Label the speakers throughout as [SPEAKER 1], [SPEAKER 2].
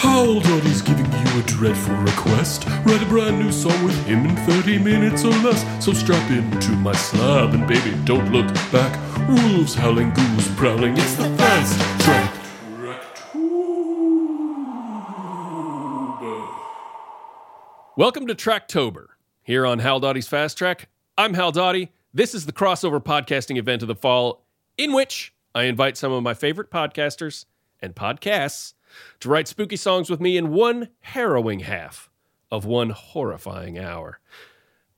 [SPEAKER 1] Cold is giving you a dreadful request. Write a brand new song with him in 30 minutes or less. So strap into my slab and baby, don't look back. Wolves howling, ghouls prowling, it's the fast track.
[SPEAKER 2] Welcome to Tracktober here on Hal Dottie's Fast Track. I'm Hal Dottie. This is the crossover podcasting event of the fall, in which I invite some of my favorite podcasters and podcasts to write spooky songs with me in one harrowing half of one horrifying hour.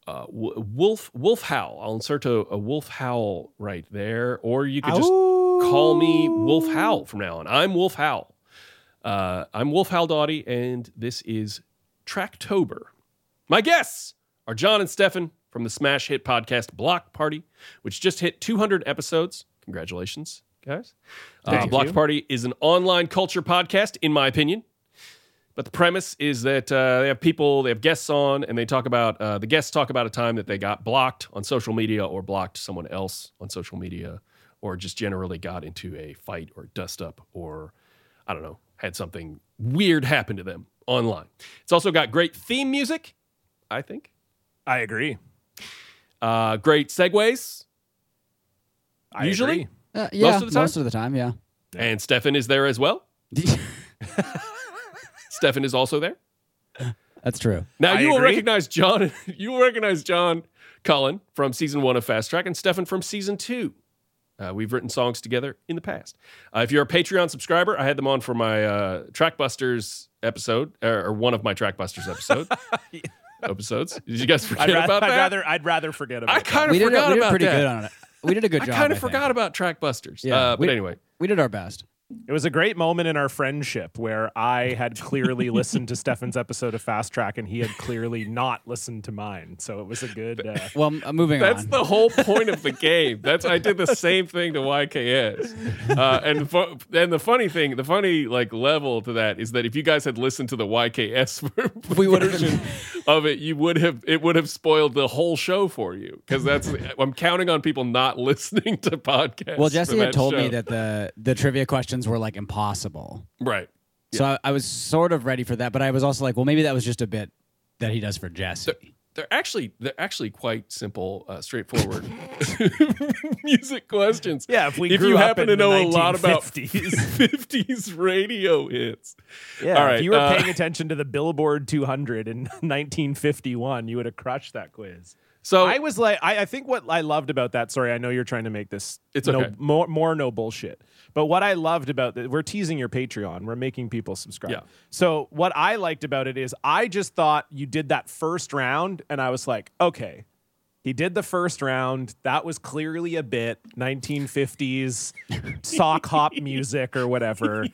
[SPEAKER 2] Uh, w- wolf, wolf howl. I'll insert a, a wolf howl right there, or you could just call me Wolf Howl from now on. I'm Wolf Howl. Uh, I'm Wolf Howl Doughty, and this is Tracktober. My guests are John and Stefan from the smash hit podcast Block Party, which just hit 200 episodes. Congratulations, guys. Uh, Block Party is an online culture podcast, in my opinion. But the premise is that uh, they have people, they have guests on, and they talk about uh, the guests talk about a time that they got blocked on social media or blocked someone else on social media, or just generally got into a fight or dust up or I don't know, had something weird happen to them online. It's also got great theme music, I think.
[SPEAKER 3] I agree.
[SPEAKER 2] Uh, great segues,
[SPEAKER 3] I
[SPEAKER 2] usually.
[SPEAKER 3] agree.
[SPEAKER 4] Uh, yeah,
[SPEAKER 2] of the time?
[SPEAKER 4] most of the time, yeah.
[SPEAKER 2] And Stefan is there as well. Stefan is also there.
[SPEAKER 4] That's true.
[SPEAKER 2] Now
[SPEAKER 3] I
[SPEAKER 2] you will
[SPEAKER 3] agree.
[SPEAKER 2] recognize John. You will recognize John Cullen from season one of Fast Track and Stefan from season two. Uh, we've written songs together in the past. Uh, if you're a Patreon subscriber, I had them on for my uh, Trackbusters episode or, or one of my Trackbusters episode episodes. Did you guys forget
[SPEAKER 3] I'd, rather,
[SPEAKER 2] about
[SPEAKER 3] I'd
[SPEAKER 2] that?
[SPEAKER 3] rather I'd rather forget about
[SPEAKER 2] I
[SPEAKER 3] that.
[SPEAKER 2] kind
[SPEAKER 4] We
[SPEAKER 2] of
[SPEAKER 4] did, a,
[SPEAKER 2] forgot
[SPEAKER 4] we did
[SPEAKER 2] about
[SPEAKER 4] pretty
[SPEAKER 2] that.
[SPEAKER 4] good on it. We did a good
[SPEAKER 2] I
[SPEAKER 4] job.
[SPEAKER 2] kind of
[SPEAKER 4] think.
[SPEAKER 2] forgot about Trackbusters.
[SPEAKER 4] Yeah,
[SPEAKER 2] uh, but
[SPEAKER 4] we-
[SPEAKER 2] anyway,
[SPEAKER 4] We did our best.
[SPEAKER 3] It was a great moment in our friendship where I had clearly listened to Stefan's episode of Fast Track and he had clearly not listened to mine. So it was a good. Uh,
[SPEAKER 4] Well, m- uh, moving
[SPEAKER 2] That's
[SPEAKER 4] on.
[SPEAKER 2] the whole point of the game. That's I did the same thing to YKS, uh, and fu- and the funny thing, the funny like level to that is that if you guys had listened to the YKS
[SPEAKER 4] We would've been-
[SPEAKER 2] version of it, you would have it would have spoiled the whole show for you because that's I'm counting on people not listening to podcasts.
[SPEAKER 4] well,
[SPEAKER 2] for
[SPEAKER 4] Jesse had told me
[SPEAKER 2] show.
[SPEAKER 4] that the the trivia questions were like impossible,
[SPEAKER 2] right.
[SPEAKER 4] so I, I was sort of ready for that. But I was also like, well, maybe that was just a bit that he does for Jesse.
[SPEAKER 2] They're actually they're actually quite simple, uh, straightforward music questions.
[SPEAKER 3] yeah, if we
[SPEAKER 2] if
[SPEAKER 3] grew
[SPEAKER 2] you
[SPEAKER 3] up
[SPEAKER 2] happen to
[SPEAKER 3] in the
[SPEAKER 2] know a lot about
[SPEAKER 3] 1950s.
[SPEAKER 2] 50s radio hits.
[SPEAKER 3] Yeah,
[SPEAKER 2] All right,
[SPEAKER 3] if you were
[SPEAKER 2] uh,
[SPEAKER 3] paying attention to the Billboard 200 in 1951, you would have crushed that quiz.
[SPEAKER 2] So
[SPEAKER 3] I was like, I, I think what I loved about that. Sorry, I know you're trying to make this
[SPEAKER 2] It's
[SPEAKER 3] no,
[SPEAKER 2] okay.
[SPEAKER 3] more more no bullshit. But what I loved about that, we're teasing your Patreon. We're making people subscribe.
[SPEAKER 2] Yeah.
[SPEAKER 3] So what I liked about it is, I just thought you did that first round, and I was like, okay, he did the first round. That was clearly a bit 1950s sock hop music or whatever.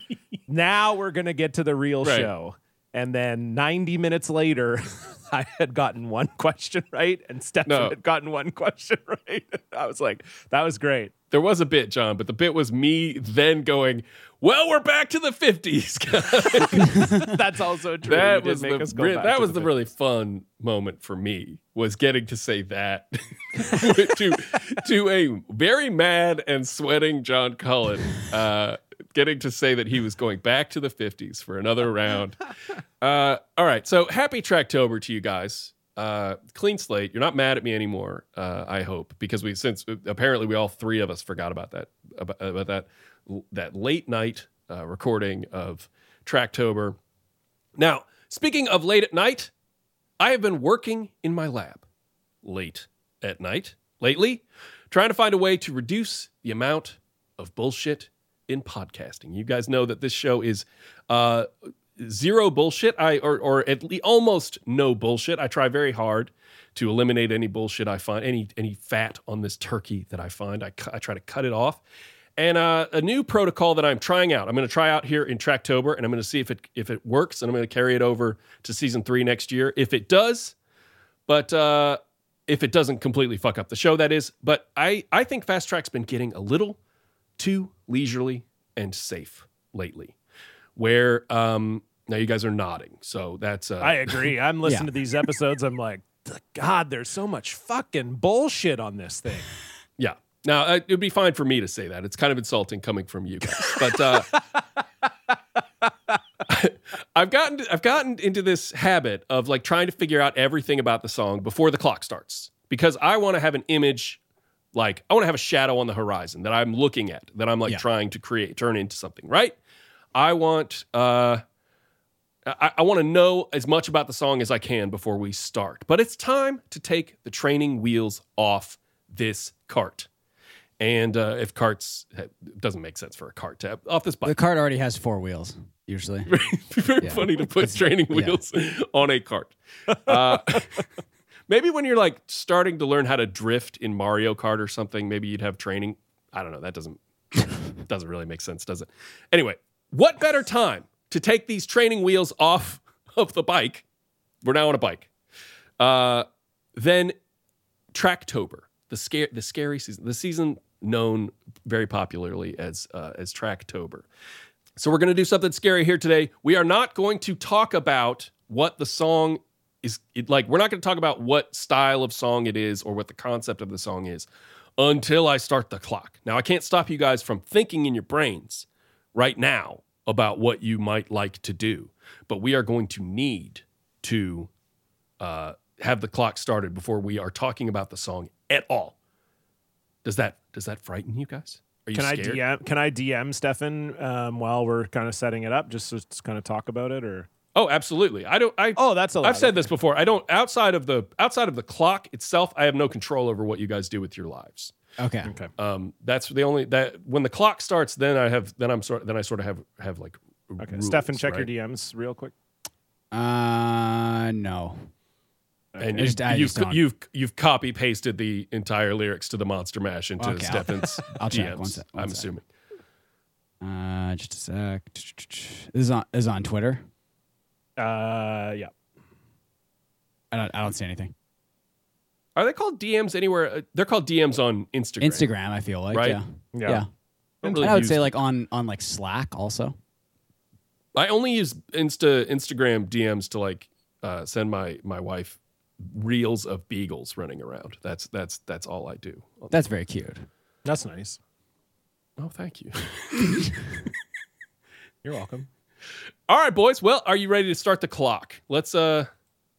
[SPEAKER 3] Now we're going to get to the real
[SPEAKER 2] Right.
[SPEAKER 3] show. And then 90 minutes later, I had gotten one question right and Stefan
[SPEAKER 2] No.
[SPEAKER 3] had gotten one question right. I was like, that was great.
[SPEAKER 2] there was a bit, John, but the bit was me then going, "Well, we're back to the 50s."
[SPEAKER 3] That's also true. You
[SPEAKER 2] that
[SPEAKER 3] did
[SPEAKER 2] was the
[SPEAKER 3] make us go
[SPEAKER 2] re-
[SPEAKER 3] back
[SPEAKER 2] that
[SPEAKER 3] to
[SPEAKER 2] was the
[SPEAKER 3] bit.
[SPEAKER 2] really fun moment for me was getting to say that to to a very mad and sweating John Cullen. Uh, getting to say that he was going back to the 50s for another round. Uh, all right, so happy Tracktober to you guys. Uh, clean slate. You're not mad at me anymore. Uh, I hope because we since uh, apparently we all three of us forgot about that about, about that that late night uh, recording of Tracktober. Now, speaking of late at night, I have been working in my lab late at night lately, trying to find a way to reduce the amount of bullshit in podcasting. You guys know that this show is uh, zero bullshit, I or or at least almost no bullshit. I try very hard to eliminate any bullshit I find, any any fat on this turkey that I find. I, cu- I try to cut it off. And uh, a new protocol that I'm trying out. I'm going to try out here in Tracktober, and I'm going to see if it if it works, and I'm going to carry it over to season three next year. If it does, but uh, if it doesn't completely fuck up the show, that is. But I, I think Fast Track's been getting a little too leisurely and safe lately. Where um, now you guys are nodding, so that's uh,
[SPEAKER 3] I agree. I'm listening
[SPEAKER 4] Yeah.
[SPEAKER 3] to these episodes. I'm like, God, there's so much fucking bullshit on this thing.
[SPEAKER 2] Yeah. Now uh, it'd be fine for me to say that. It's kind of insulting coming from you guys, but uh, I've gotten I've gotten into this habit of like trying to figure out everything about the song before the clock starts because I want to have an image like I want to have a shadow on the horizon that I'm looking at that I'm like
[SPEAKER 4] Yeah.
[SPEAKER 2] trying to create turn into something right I want uh I, I want to know as much about the song as I can before we start. But it's time to take the training wheels off this cart. And uh, if carts, it doesn't make sense for a cart to have off this
[SPEAKER 4] The
[SPEAKER 2] bike.
[SPEAKER 4] cart already has four wheels usually.
[SPEAKER 2] Very funny to put training wheels on a cart. Uh, maybe when you're like starting to learn how to drift in Mario Kart or something, maybe you'd have training. I don't know. That doesn't doesn't really make sense, does it? Anyway, what better time to take these training wheels off of the bike? We're now on a bike. Uh, then Tracktober, the scare, the scary season, the season known very popularly as uh, as Tracktober. So we're going to do something scary here today. We are not going to talk about what the song is it, like. We're not going to talk about what style of song it is or what the concept of the song is until I start the clock. Now I can't stop you guys from thinking in your brains right now about what you might like to do, but we are going to need to uh, have the clock started before we are talking about the song at all. Does that does that frighten you guys? Are you
[SPEAKER 3] Can I
[SPEAKER 2] scared?
[SPEAKER 3] DM? Can I DM Stefan um, while we're kind of setting it up, just to kind of talk about it, or?
[SPEAKER 2] Oh, absolutely. I don't. I
[SPEAKER 3] Oh, that's a.
[SPEAKER 2] I've said this before. I don't outside of the outside of the clock itself. I have no control over what you guys do with your lives.
[SPEAKER 4] Okay.
[SPEAKER 3] Okay.
[SPEAKER 2] Um, that's the only that when the clock starts, then I have then I'm sort then I sort of have have like.
[SPEAKER 3] Okay,
[SPEAKER 2] rules,
[SPEAKER 3] Stefan, check
[SPEAKER 2] right?
[SPEAKER 3] your DMs real quick.
[SPEAKER 4] Uh no.
[SPEAKER 2] And
[SPEAKER 4] I
[SPEAKER 2] you,
[SPEAKER 4] just- I
[SPEAKER 2] you've
[SPEAKER 4] just don't.
[SPEAKER 2] you've you've copy pasted the entire lyrics to the Monster Mash into
[SPEAKER 4] Okay, I'll-
[SPEAKER 2] Stefan's
[SPEAKER 4] I'll
[SPEAKER 2] DMs.
[SPEAKER 4] check. One sec, one
[SPEAKER 2] I'm
[SPEAKER 4] sec.
[SPEAKER 2] assuming.
[SPEAKER 4] Uh just a sec. This is on this is on Twitter.
[SPEAKER 3] Uh, yeah.
[SPEAKER 4] I don't I don't see anything.
[SPEAKER 2] Are they called DMs anywhere? Uh, They're called DMs on Instagram.
[SPEAKER 4] Instagram, I feel like.
[SPEAKER 2] Right?
[SPEAKER 4] Yeah.
[SPEAKER 3] Yeah.
[SPEAKER 2] I, don't
[SPEAKER 4] And
[SPEAKER 2] really
[SPEAKER 4] I would
[SPEAKER 2] use-
[SPEAKER 4] say like on on like Slack also.
[SPEAKER 2] I only use Insta Instagram DMs to like uh, send my my wife reels of beagles running around. That's that's that's all I do.
[SPEAKER 4] That's very cute.
[SPEAKER 3] That's nice.
[SPEAKER 2] Oh, thank you.
[SPEAKER 3] You're welcome.
[SPEAKER 2] All right, boys. Well, are you ready to start the clock? Let's uh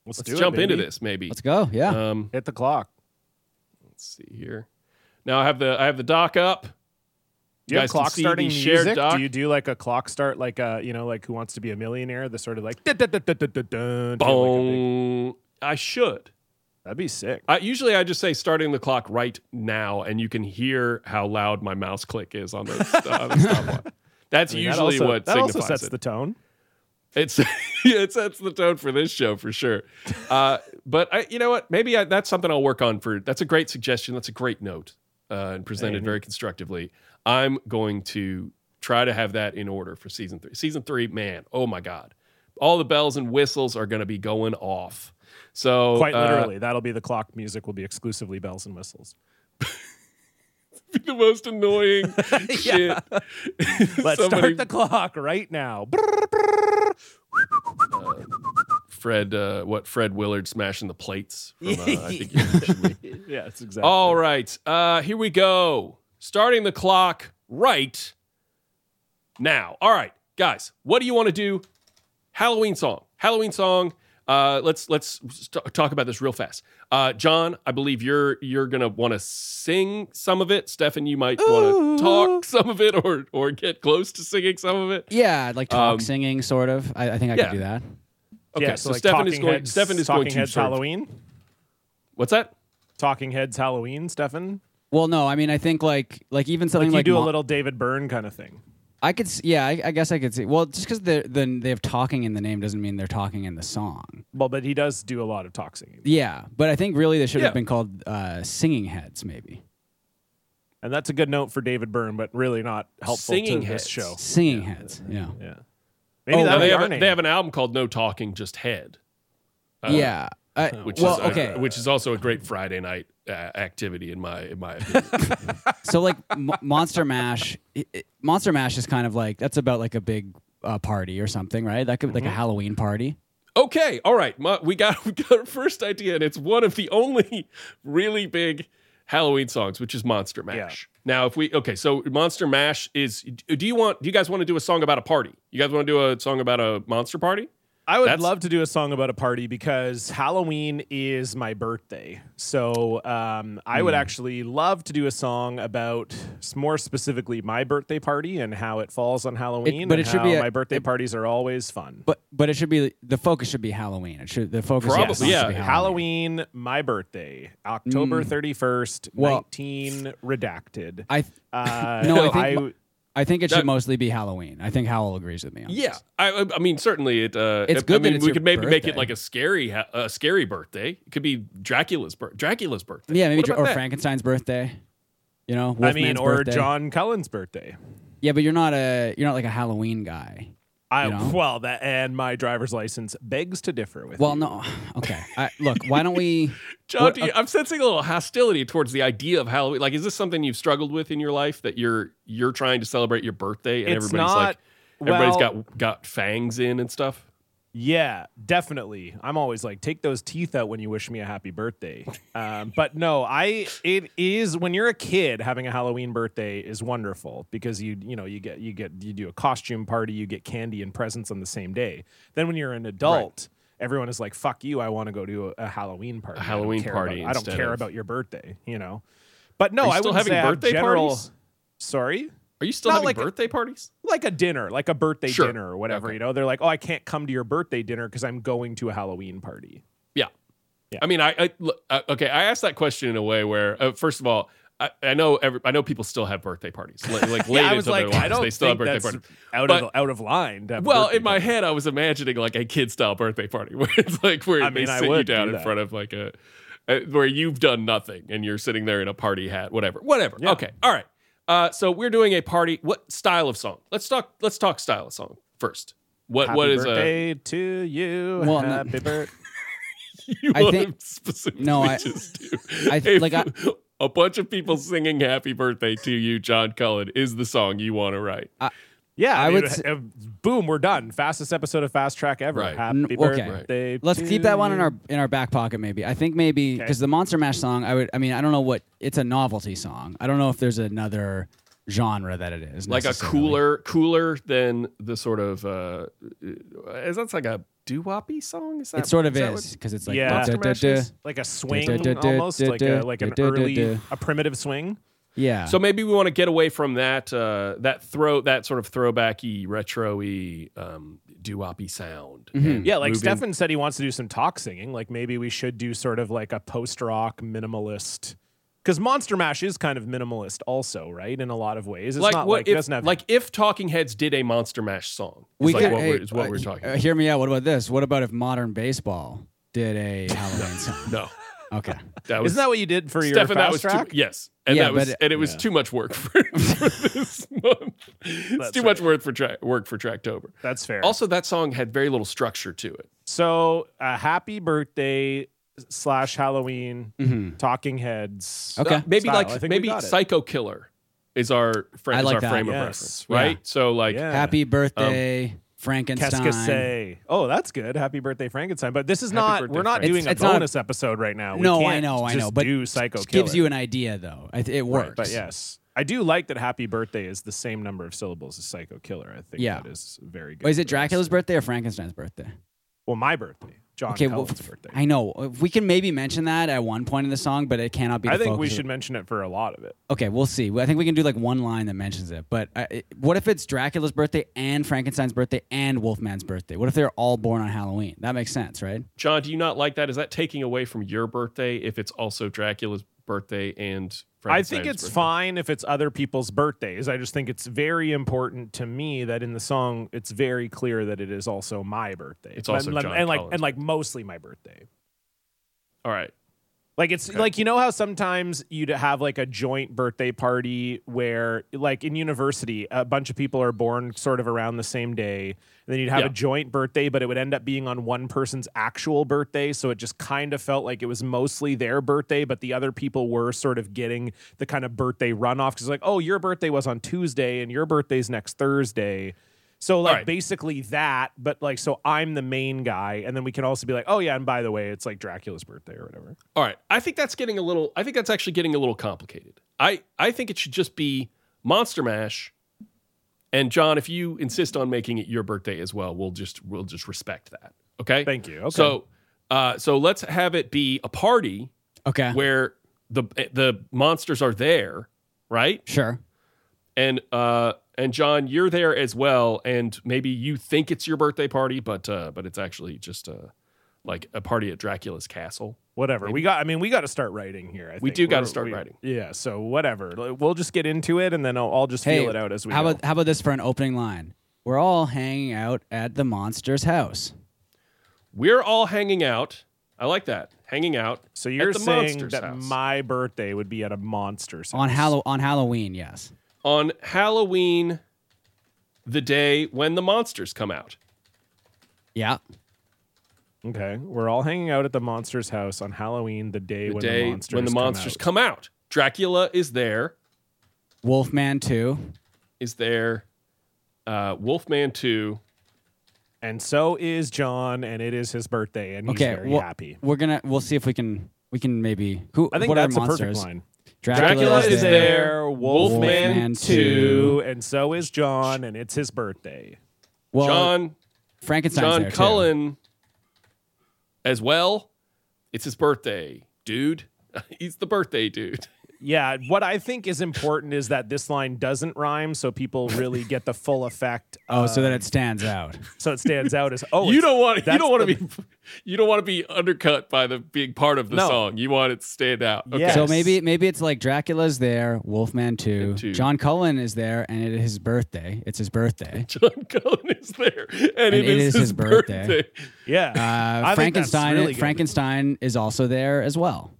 [SPEAKER 3] Let's,
[SPEAKER 2] let's
[SPEAKER 3] do it,
[SPEAKER 2] jump into
[SPEAKER 3] baby.
[SPEAKER 2] this maybe.
[SPEAKER 4] Let's go. Yeah.
[SPEAKER 2] Um,
[SPEAKER 3] Hit the clock.
[SPEAKER 2] let's see here. Now I have the I have the doc up.
[SPEAKER 3] Do you have
[SPEAKER 2] guys can
[SPEAKER 3] clock
[SPEAKER 2] see
[SPEAKER 3] starting
[SPEAKER 2] the shared
[SPEAKER 3] music?
[SPEAKER 2] doc.
[SPEAKER 3] Do you do like a clock start, like uh, you know, like Who Wants to Be a Millionaire? The sort of like dun, dun, dun, dun, dun, dun, dun, do you have, like, a big-
[SPEAKER 2] Boom. Uh, I should.
[SPEAKER 3] That'd be sick.
[SPEAKER 2] I usually I just say starting the clock right now, and you can hear how loud my mouse click is on the, on the stopwatch. That's
[SPEAKER 3] I mean, that
[SPEAKER 2] usually
[SPEAKER 3] also-
[SPEAKER 2] what
[SPEAKER 3] that
[SPEAKER 2] signifies
[SPEAKER 3] also sets
[SPEAKER 2] it.
[SPEAKER 3] the tone.
[SPEAKER 2] It's yeah, it sets the tone for this show for sure. Uh, but I, you know what? Maybe I, that's something I'll work on for. That's a great suggestion. That's a great note uh, and presented very constructively. I'm going to try to have that in order for season three. Season three, man, oh my god, all the bells and whistles are going to be going off. So
[SPEAKER 3] Quite
[SPEAKER 2] uh,
[SPEAKER 3] literally, that'll be the clock. Music will be exclusively bells and whistles.
[SPEAKER 2] the most annoying shit.
[SPEAKER 3] Let's
[SPEAKER 2] Somebody-
[SPEAKER 3] start the clock right now.
[SPEAKER 2] Fred, uh, what Fred Willard smashing the plates? From, uh, I think you mentioned me.
[SPEAKER 3] yeah, it's exactly.
[SPEAKER 2] All right. Uh, here we go. Starting the clock right now. All right, guys, what do you want to do? Halloween song. Halloween song. Uh, let's let's st- talk about this real fast. Uh, John, I believe you're you're gonna want to sing some of it. Stefan, you might want to talk some of it or or get close to singing some of it.
[SPEAKER 4] yeah, like talk
[SPEAKER 2] um,
[SPEAKER 4] singing sort of. I, I think I
[SPEAKER 2] yeah.
[SPEAKER 4] could do that.
[SPEAKER 2] Okay,
[SPEAKER 3] yeah,
[SPEAKER 2] so,
[SPEAKER 3] like
[SPEAKER 2] Stefan is
[SPEAKER 3] Talking
[SPEAKER 2] going.
[SPEAKER 3] Heads-
[SPEAKER 2] Stefan is
[SPEAKER 3] Talking
[SPEAKER 2] going to
[SPEAKER 3] Heads
[SPEAKER 2] serve-
[SPEAKER 3] Halloween.
[SPEAKER 2] What's that?
[SPEAKER 3] Talking Heads Halloween, Stefan.
[SPEAKER 4] Well, no, I mean I think like like even something
[SPEAKER 3] Like you
[SPEAKER 4] like,
[SPEAKER 3] do a
[SPEAKER 4] Mo-
[SPEAKER 3] little David Byrne kind of thing.
[SPEAKER 4] I could, s- yeah, I, I guess I could see. Well, just because they then they have talking in the name doesn't mean they're talking in the song.
[SPEAKER 3] Well, but he does do a lot of talk singing,
[SPEAKER 4] Yeah, but I think really they should
[SPEAKER 2] Yeah.
[SPEAKER 4] have been called uh, singing heads, maybe
[SPEAKER 3] and that's a good note for David Byrne, but really not helpful
[SPEAKER 2] Singing
[SPEAKER 3] to
[SPEAKER 2] heads.
[SPEAKER 3] this show.
[SPEAKER 4] singing heads. Yeah,
[SPEAKER 3] Yeah, maybe
[SPEAKER 2] Oh,
[SPEAKER 3] that
[SPEAKER 2] they
[SPEAKER 3] be
[SPEAKER 2] have
[SPEAKER 3] our
[SPEAKER 2] a-
[SPEAKER 3] name.
[SPEAKER 2] they have an album called No Talking, Just Head. Uh,
[SPEAKER 4] yeah. I,
[SPEAKER 2] which
[SPEAKER 4] well,
[SPEAKER 2] is a-
[SPEAKER 4] okay.
[SPEAKER 2] which is also a great Friday night uh, activity in my in my opinion.
[SPEAKER 4] so like Mo- Monster Mash, i i- Monster Mash is kind of like that's about like a big uh, party or something, right? That could be like
[SPEAKER 3] Mm-hmm.
[SPEAKER 4] a Halloween party.
[SPEAKER 2] okay, all right, my, we got we got our first idea, and it's one of the only really big Halloween songs, which is Monster Mash. Now, if we okay, so Monster Mash is. Do you want? Do you guys want to do a song about a party? You guys want to do a song about a monster party?
[SPEAKER 3] I would
[SPEAKER 2] That's-
[SPEAKER 3] love to do a song about a party because Halloween is my birthday. So um, I
[SPEAKER 4] Hmm.
[SPEAKER 3] would actually love to do a song about s- more specifically my birthday party and how it falls on Halloween.
[SPEAKER 4] but
[SPEAKER 3] and
[SPEAKER 4] it should
[SPEAKER 3] how
[SPEAKER 4] be a-
[SPEAKER 3] my birthday parties are always fun.
[SPEAKER 4] But but it should be the focus should be Halloween. It should the focus of the
[SPEAKER 2] Probably,
[SPEAKER 4] song should
[SPEAKER 2] yeah.
[SPEAKER 4] be Hmm.
[SPEAKER 3] Halloween, my birthday, October thirty first,
[SPEAKER 4] Well-
[SPEAKER 3] nineteen redacted.
[SPEAKER 4] I th-
[SPEAKER 3] Uh,
[SPEAKER 4] no, I think
[SPEAKER 3] I-
[SPEAKER 4] I think it should
[SPEAKER 2] That-
[SPEAKER 4] mostly be Halloween. I think Howell agrees with me. On
[SPEAKER 2] Yeah,
[SPEAKER 4] this.
[SPEAKER 2] I, I- I mean, certainly it. Uh,
[SPEAKER 4] It's
[SPEAKER 2] I- I
[SPEAKER 4] good that
[SPEAKER 2] mean,
[SPEAKER 4] it's
[SPEAKER 2] we
[SPEAKER 4] your
[SPEAKER 2] could maybe make it
[SPEAKER 4] birthday.
[SPEAKER 2] like a scary, ha- a scary birthday. It could be Dracula's birth, Dracula's birthday.
[SPEAKER 4] yeah, maybe
[SPEAKER 2] What
[SPEAKER 4] Dr-
[SPEAKER 2] about
[SPEAKER 4] or
[SPEAKER 2] that?
[SPEAKER 4] Frankenstein's birthday. You know,
[SPEAKER 3] I
[SPEAKER 4] Wolfman's
[SPEAKER 3] mean, or
[SPEAKER 4] birthday.
[SPEAKER 3] John Cullen's birthday.
[SPEAKER 4] Yeah, but you're not a you're not like a Halloween guy.
[SPEAKER 3] I
[SPEAKER 4] You know?
[SPEAKER 3] well that and my driver's license begs to differ with.
[SPEAKER 4] Well,
[SPEAKER 3] you.
[SPEAKER 4] no. Okay, I, look. Why don't we?
[SPEAKER 2] John, do you, I'm sensing a little hostility towards the idea of Halloween. Like, is this something you've struggled with in your life that you're you're trying to celebrate your birthday and
[SPEAKER 3] It's
[SPEAKER 2] everybody's like,
[SPEAKER 3] not-
[SPEAKER 2] everybody's
[SPEAKER 3] well-
[SPEAKER 2] got got fangs in and stuff?
[SPEAKER 3] Yeah, definitely. I'm always like, take those teeth out when you wish me a happy birthday. Um, but no, I it is when you're a kid having a Halloween birthday is wonderful because you you know you get you get you do a costume party, you get candy and presents on the same day. Then when you're an adult, everyone is like, "Fuck you! I want to go to a, a Halloween party. I don't
[SPEAKER 2] Halloween
[SPEAKER 3] care
[SPEAKER 2] party
[SPEAKER 3] about- I don't
[SPEAKER 2] instead
[SPEAKER 3] care
[SPEAKER 2] of-
[SPEAKER 3] about your birthday. You know. But no,
[SPEAKER 2] Are you
[SPEAKER 3] I
[SPEAKER 2] still
[SPEAKER 3] wouldn't
[SPEAKER 2] having
[SPEAKER 3] say I have
[SPEAKER 2] birthday
[SPEAKER 3] general,
[SPEAKER 2] parties?
[SPEAKER 3] Sorry.
[SPEAKER 2] Are you still
[SPEAKER 3] Not
[SPEAKER 2] having
[SPEAKER 3] like-
[SPEAKER 2] birthday parties?
[SPEAKER 3] like a dinner, like a birthday
[SPEAKER 2] Sure.
[SPEAKER 3] dinner or whatever.
[SPEAKER 2] Okay.
[SPEAKER 3] You know, they're like, oh, I can't come to your birthday dinner because I'm going to a Halloween party.
[SPEAKER 2] Yeah.
[SPEAKER 3] Yeah.
[SPEAKER 2] I mean, I, I look, uh, okay. I asked that question in a way where, uh, first of all, I, I know every, I know people still have birthday parties. Like, like late into their lives, they still have birthday parties.
[SPEAKER 3] out
[SPEAKER 2] But-
[SPEAKER 3] of out of line. to have a
[SPEAKER 2] Well,
[SPEAKER 3] birthday
[SPEAKER 2] in my
[SPEAKER 3] party.
[SPEAKER 2] head, I was imagining like a kid style birthday party where it's like where
[SPEAKER 3] I
[SPEAKER 2] they
[SPEAKER 3] mean, I
[SPEAKER 2] sit you
[SPEAKER 3] would
[SPEAKER 2] down
[SPEAKER 3] do
[SPEAKER 2] in
[SPEAKER 3] that.
[SPEAKER 2] front of like a uh, where you've done nothing and you're sitting there in a party hat, whatever, whatever.
[SPEAKER 3] Yeah.
[SPEAKER 2] Okay, all right. Uh, so we're doing a party. What style of song? Let's talk. Let's talk style of song first. What
[SPEAKER 3] Happy
[SPEAKER 2] what is uh, a?
[SPEAKER 3] birthday to you?
[SPEAKER 4] Well, no-
[SPEAKER 3] happy birthday.
[SPEAKER 2] You
[SPEAKER 4] I
[SPEAKER 2] want
[SPEAKER 4] think-
[SPEAKER 2] to specifically
[SPEAKER 4] no, I-
[SPEAKER 2] just do
[SPEAKER 4] I
[SPEAKER 2] a,
[SPEAKER 4] th- like I,
[SPEAKER 2] a bunch of people singing "Happy Birthday to You," John Cullen is the song you want to write.
[SPEAKER 3] Yeah, I,
[SPEAKER 4] I
[SPEAKER 3] would.
[SPEAKER 4] would s-
[SPEAKER 3] boom, we're done. Fastest episode of Fast Track ever.
[SPEAKER 2] Right.
[SPEAKER 3] Happy
[SPEAKER 4] N- okay.
[SPEAKER 3] birthday.
[SPEAKER 4] let's
[SPEAKER 3] to
[SPEAKER 4] keep that one
[SPEAKER 3] you.
[SPEAKER 4] in our in our back pocket. Maybe I think maybe
[SPEAKER 3] Okay.
[SPEAKER 4] because the Monster Mash song, I would. I mean, I don't know what it's a novelty song. I don't know if there's another genre that it is.
[SPEAKER 2] like a
[SPEAKER 4] necessarily.
[SPEAKER 2] cooler cooler than the sort of uh is that's like a doo-woppy song is that
[SPEAKER 4] It sort of
[SPEAKER 2] that
[SPEAKER 4] is because it's like
[SPEAKER 3] Yeah.
[SPEAKER 4] duh, duh, duh,
[SPEAKER 2] Monster Mash is-
[SPEAKER 4] duh.
[SPEAKER 3] like a swing,
[SPEAKER 4] Du- du- du-
[SPEAKER 3] almost
[SPEAKER 4] du-
[SPEAKER 3] like a
[SPEAKER 4] du-
[SPEAKER 3] like an
[SPEAKER 4] du- du- du-
[SPEAKER 3] early,
[SPEAKER 4] du.
[SPEAKER 3] a primitive swing.
[SPEAKER 4] yeah.
[SPEAKER 2] what- so maybe we want to get away from that uh that throw that sort of throwbacky retro-y um doo-woppy sound and
[SPEAKER 3] Mm-hmm. Yeah, like
[SPEAKER 2] move in-
[SPEAKER 3] Stefan said, he wants to do some talk singing. Like maybe we should do sort of like a post rock minimalist, because Monster Mash is kind of minimalist, also, right? In a lot of ways, it's
[SPEAKER 2] like
[SPEAKER 3] not
[SPEAKER 2] what
[SPEAKER 3] like it
[SPEAKER 2] if
[SPEAKER 3] doesn't have
[SPEAKER 2] like if Talking Heads did a Monster Mash song? Is like
[SPEAKER 4] could-
[SPEAKER 2] what,
[SPEAKER 4] hey,
[SPEAKER 2] we're, is what
[SPEAKER 4] uh,
[SPEAKER 2] we're
[SPEAKER 4] he-
[SPEAKER 2] talking.
[SPEAKER 4] uh,
[SPEAKER 2] about.
[SPEAKER 4] hear me out. What about this? What about if modern baseball did a Halloween song?
[SPEAKER 2] No,
[SPEAKER 4] Okay.
[SPEAKER 2] that was
[SPEAKER 3] Isn't that what you did for your
[SPEAKER 2] Stefan,
[SPEAKER 3] fast
[SPEAKER 2] that was
[SPEAKER 3] track?
[SPEAKER 2] too yes, and
[SPEAKER 4] Yeah,
[SPEAKER 2] that was
[SPEAKER 4] but-
[SPEAKER 2] and it was
[SPEAKER 3] yeah.
[SPEAKER 2] too much work for, for this month. it's
[SPEAKER 3] That's
[SPEAKER 2] too much work for tra- work for Tracktober.
[SPEAKER 3] That's fair.
[SPEAKER 2] Also, that song had very little structure to it.
[SPEAKER 3] so uh, happy birthday slash Halloween
[SPEAKER 4] Mhm.
[SPEAKER 3] Talking Heads.
[SPEAKER 4] Okay.
[SPEAKER 2] Uh, maybe
[SPEAKER 3] Style. I
[SPEAKER 2] like
[SPEAKER 3] think we
[SPEAKER 2] maybe
[SPEAKER 3] got it.
[SPEAKER 2] Psycho Killer is our frame
[SPEAKER 4] I
[SPEAKER 2] is
[SPEAKER 4] like
[SPEAKER 2] our
[SPEAKER 4] that.
[SPEAKER 2] frame of
[SPEAKER 3] Yes.
[SPEAKER 2] reference,
[SPEAKER 3] Yeah.
[SPEAKER 2] right? So like
[SPEAKER 3] Yeah.
[SPEAKER 4] Happy birthday, Frankenstein.
[SPEAKER 3] Keskase. Oh, that's good. Happy birthday, Frankenstein. But this is
[SPEAKER 2] Happy
[SPEAKER 3] not,
[SPEAKER 2] birthday,
[SPEAKER 3] we're not
[SPEAKER 2] Frankenstein.
[SPEAKER 3] doing a
[SPEAKER 4] It's- it's not a-
[SPEAKER 3] bonus episode right now. We
[SPEAKER 4] No, I
[SPEAKER 3] can't
[SPEAKER 4] know, I
[SPEAKER 3] just
[SPEAKER 4] know, but
[SPEAKER 3] do Psycho
[SPEAKER 4] It gives
[SPEAKER 3] Killer.
[SPEAKER 4] you an idea, though. I th- it works.
[SPEAKER 3] But yes, I do like that Happy Birthday is the same number of syllables as Psycho Killer. I think
[SPEAKER 4] Yeah.
[SPEAKER 3] that is very good.
[SPEAKER 4] Wait, is it
[SPEAKER 3] for us.
[SPEAKER 4] Dracula's birthday or Frankenstein's birthday?
[SPEAKER 3] Well, my birthday, John
[SPEAKER 4] Okay, well,
[SPEAKER 3] Cullen's birthday. I,
[SPEAKER 4] I know. If We can maybe mention that at one point in the song, but it cannot be. The
[SPEAKER 3] think we
[SPEAKER 4] focus of-
[SPEAKER 3] should mention it for a lot of it.
[SPEAKER 4] Okay, we'll see. I think we can do like one line that mentions it. But uh, it- what if it's Dracula's birthday and Frankenstein's birthday and Wolfman's birthday? What if they're all born on Halloween? That makes sense, right?
[SPEAKER 2] John, do you not like that? Is that taking away from your birthday if it's also Dracula's birthday and
[SPEAKER 3] I
[SPEAKER 2] Frankenstein's
[SPEAKER 3] think it's
[SPEAKER 2] birthday?
[SPEAKER 3] fine if it's other people's birthdays. I just think it's very important to me that in the song it's very clear that it is also my birthday.
[SPEAKER 2] It's also
[SPEAKER 3] and, and-
[SPEAKER 2] John
[SPEAKER 3] and like
[SPEAKER 2] Cullen's
[SPEAKER 3] and like mostly my birthday.
[SPEAKER 2] All right.
[SPEAKER 3] Like it's like you know how sometimes you'd have like a joint birthday party where like in university a bunch of people are born sort of around the same day and then you'd have
[SPEAKER 2] Yeah.
[SPEAKER 3] a joint birthday but it would end up being on one person's actual birthday so it just kind of felt like it was mostly their birthday but the other people were sort of getting the kind of birthday runoff cuz like oh your birthday was on Tuesday and your birthday's next Thursday So like
[SPEAKER 2] right.
[SPEAKER 3] basically that, but like so I'm the main guy, and then we can also be like, oh yeah, and by the way, it's like Dracula's birthday or whatever.
[SPEAKER 2] All right. I think that's getting a little I think that's actually getting a little complicated. I I think it should just be Monster Mash. And John, if you insist on making it your birthday as well, we'll just we'll just respect that. Okay?
[SPEAKER 3] Thank you. Okay.
[SPEAKER 2] So uh so let's have it be a party
[SPEAKER 4] Okay.
[SPEAKER 2] where the eh, the monsters are there, right?
[SPEAKER 4] Sure.
[SPEAKER 2] And uh and John, you're there as well and maybe you think it's your birthday party, but uh but it's actually just uh like a party at Dracula's castle.
[SPEAKER 3] whatever we got. I mean, we got to start writing here. I
[SPEAKER 2] We
[SPEAKER 3] think.
[SPEAKER 2] do gotta
[SPEAKER 3] We're-
[SPEAKER 2] start
[SPEAKER 3] we-
[SPEAKER 2] writing.
[SPEAKER 3] Yeah. So whatever, Like, we'll just get into it, and then I'll, I'll just feel it out as we.
[SPEAKER 4] how
[SPEAKER 3] go.
[SPEAKER 4] about how about this for an opening line? We're all hanging out at the monster's house.
[SPEAKER 2] We're all hanging out. I like that. Hanging out.
[SPEAKER 3] so you're
[SPEAKER 2] at the
[SPEAKER 3] saying
[SPEAKER 2] monster's
[SPEAKER 3] that
[SPEAKER 2] house.
[SPEAKER 3] my birthday would be at a monster's
[SPEAKER 4] On
[SPEAKER 3] house.
[SPEAKER 4] Hallow on Halloween, yes.
[SPEAKER 2] on Halloween, the day when the monsters come out.
[SPEAKER 4] Yeah.
[SPEAKER 3] Okay, we're all hanging out at the monster's house on Halloween, the day
[SPEAKER 2] The
[SPEAKER 3] when
[SPEAKER 2] day
[SPEAKER 3] the monsters
[SPEAKER 2] when the monsters
[SPEAKER 3] come.
[SPEAKER 2] come out. Dracula is there.
[SPEAKER 4] Wolfman 2.
[SPEAKER 2] Is there? Uh, Wolfman two.
[SPEAKER 3] out. And so is John, and it is his birthday, and he's
[SPEAKER 4] Okay.
[SPEAKER 3] very
[SPEAKER 4] well,
[SPEAKER 3] happy.
[SPEAKER 4] We're going to we'll see if we can we can maybe who
[SPEAKER 3] I think
[SPEAKER 4] what
[SPEAKER 3] that's
[SPEAKER 4] are
[SPEAKER 3] a perfect
[SPEAKER 4] monsters?
[SPEAKER 3] line.
[SPEAKER 2] Dracula is there.
[SPEAKER 4] Wolfman
[SPEAKER 3] Wolfman
[SPEAKER 4] two.
[SPEAKER 3] two, and so is John, and it's his birthday.
[SPEAKER 4] Well,
[SPEAKER 2] John
[SPEAKER 4] Frankenstein's
[SPEAKER 2] John
[SPEAKER 4] there too.
[SPEAKER 2] Cullen as well. It's his birthday, dude. He's the birthday dude.
[SPEAKER 3] Yeah, what I think is important is that this line doesn't rhyme, so people really get the full effect.
[SPEAKER 4] Oh,
[SPEAKER 3] uh,
[SPEAKER 4] so that it stands out.
[SPEAKER 3] so it stands out as oh,
[SPEAKER 2] you
[SPEAKER 3] it's-
[SPEAKER 2] don't want you
[SPEAKER 3] that's
[SPEAKER 2] don't want
[SPEAKER 3] the-
[SPEAKER 2] to be you don't want to be undercut by the being part of the
[SPEAKER 3] No.
[SPEAKER 2] song. You want it to stand out. Okay.
[SPEAKER 3] Yes.
[SPEAKER 4] So maybe maybe it's like Dracula's there, Wolfman 2.
[SPEAKER 2] two.
[SPEAKER 4] John Cullen is there and it is his birthday. It's his birthday.
[SPEAKER 2] John Cullen is there, and, it is, his birthday.
[SPEAKER 3] yeah. I
[SPEAKER 4] Uh,
[SPEAKER 3] think
[SPEAKER 4] Frankenstein
[SPEAKER 3] that's really good.
[SPEAKER 4] Frankenstein is also there as well.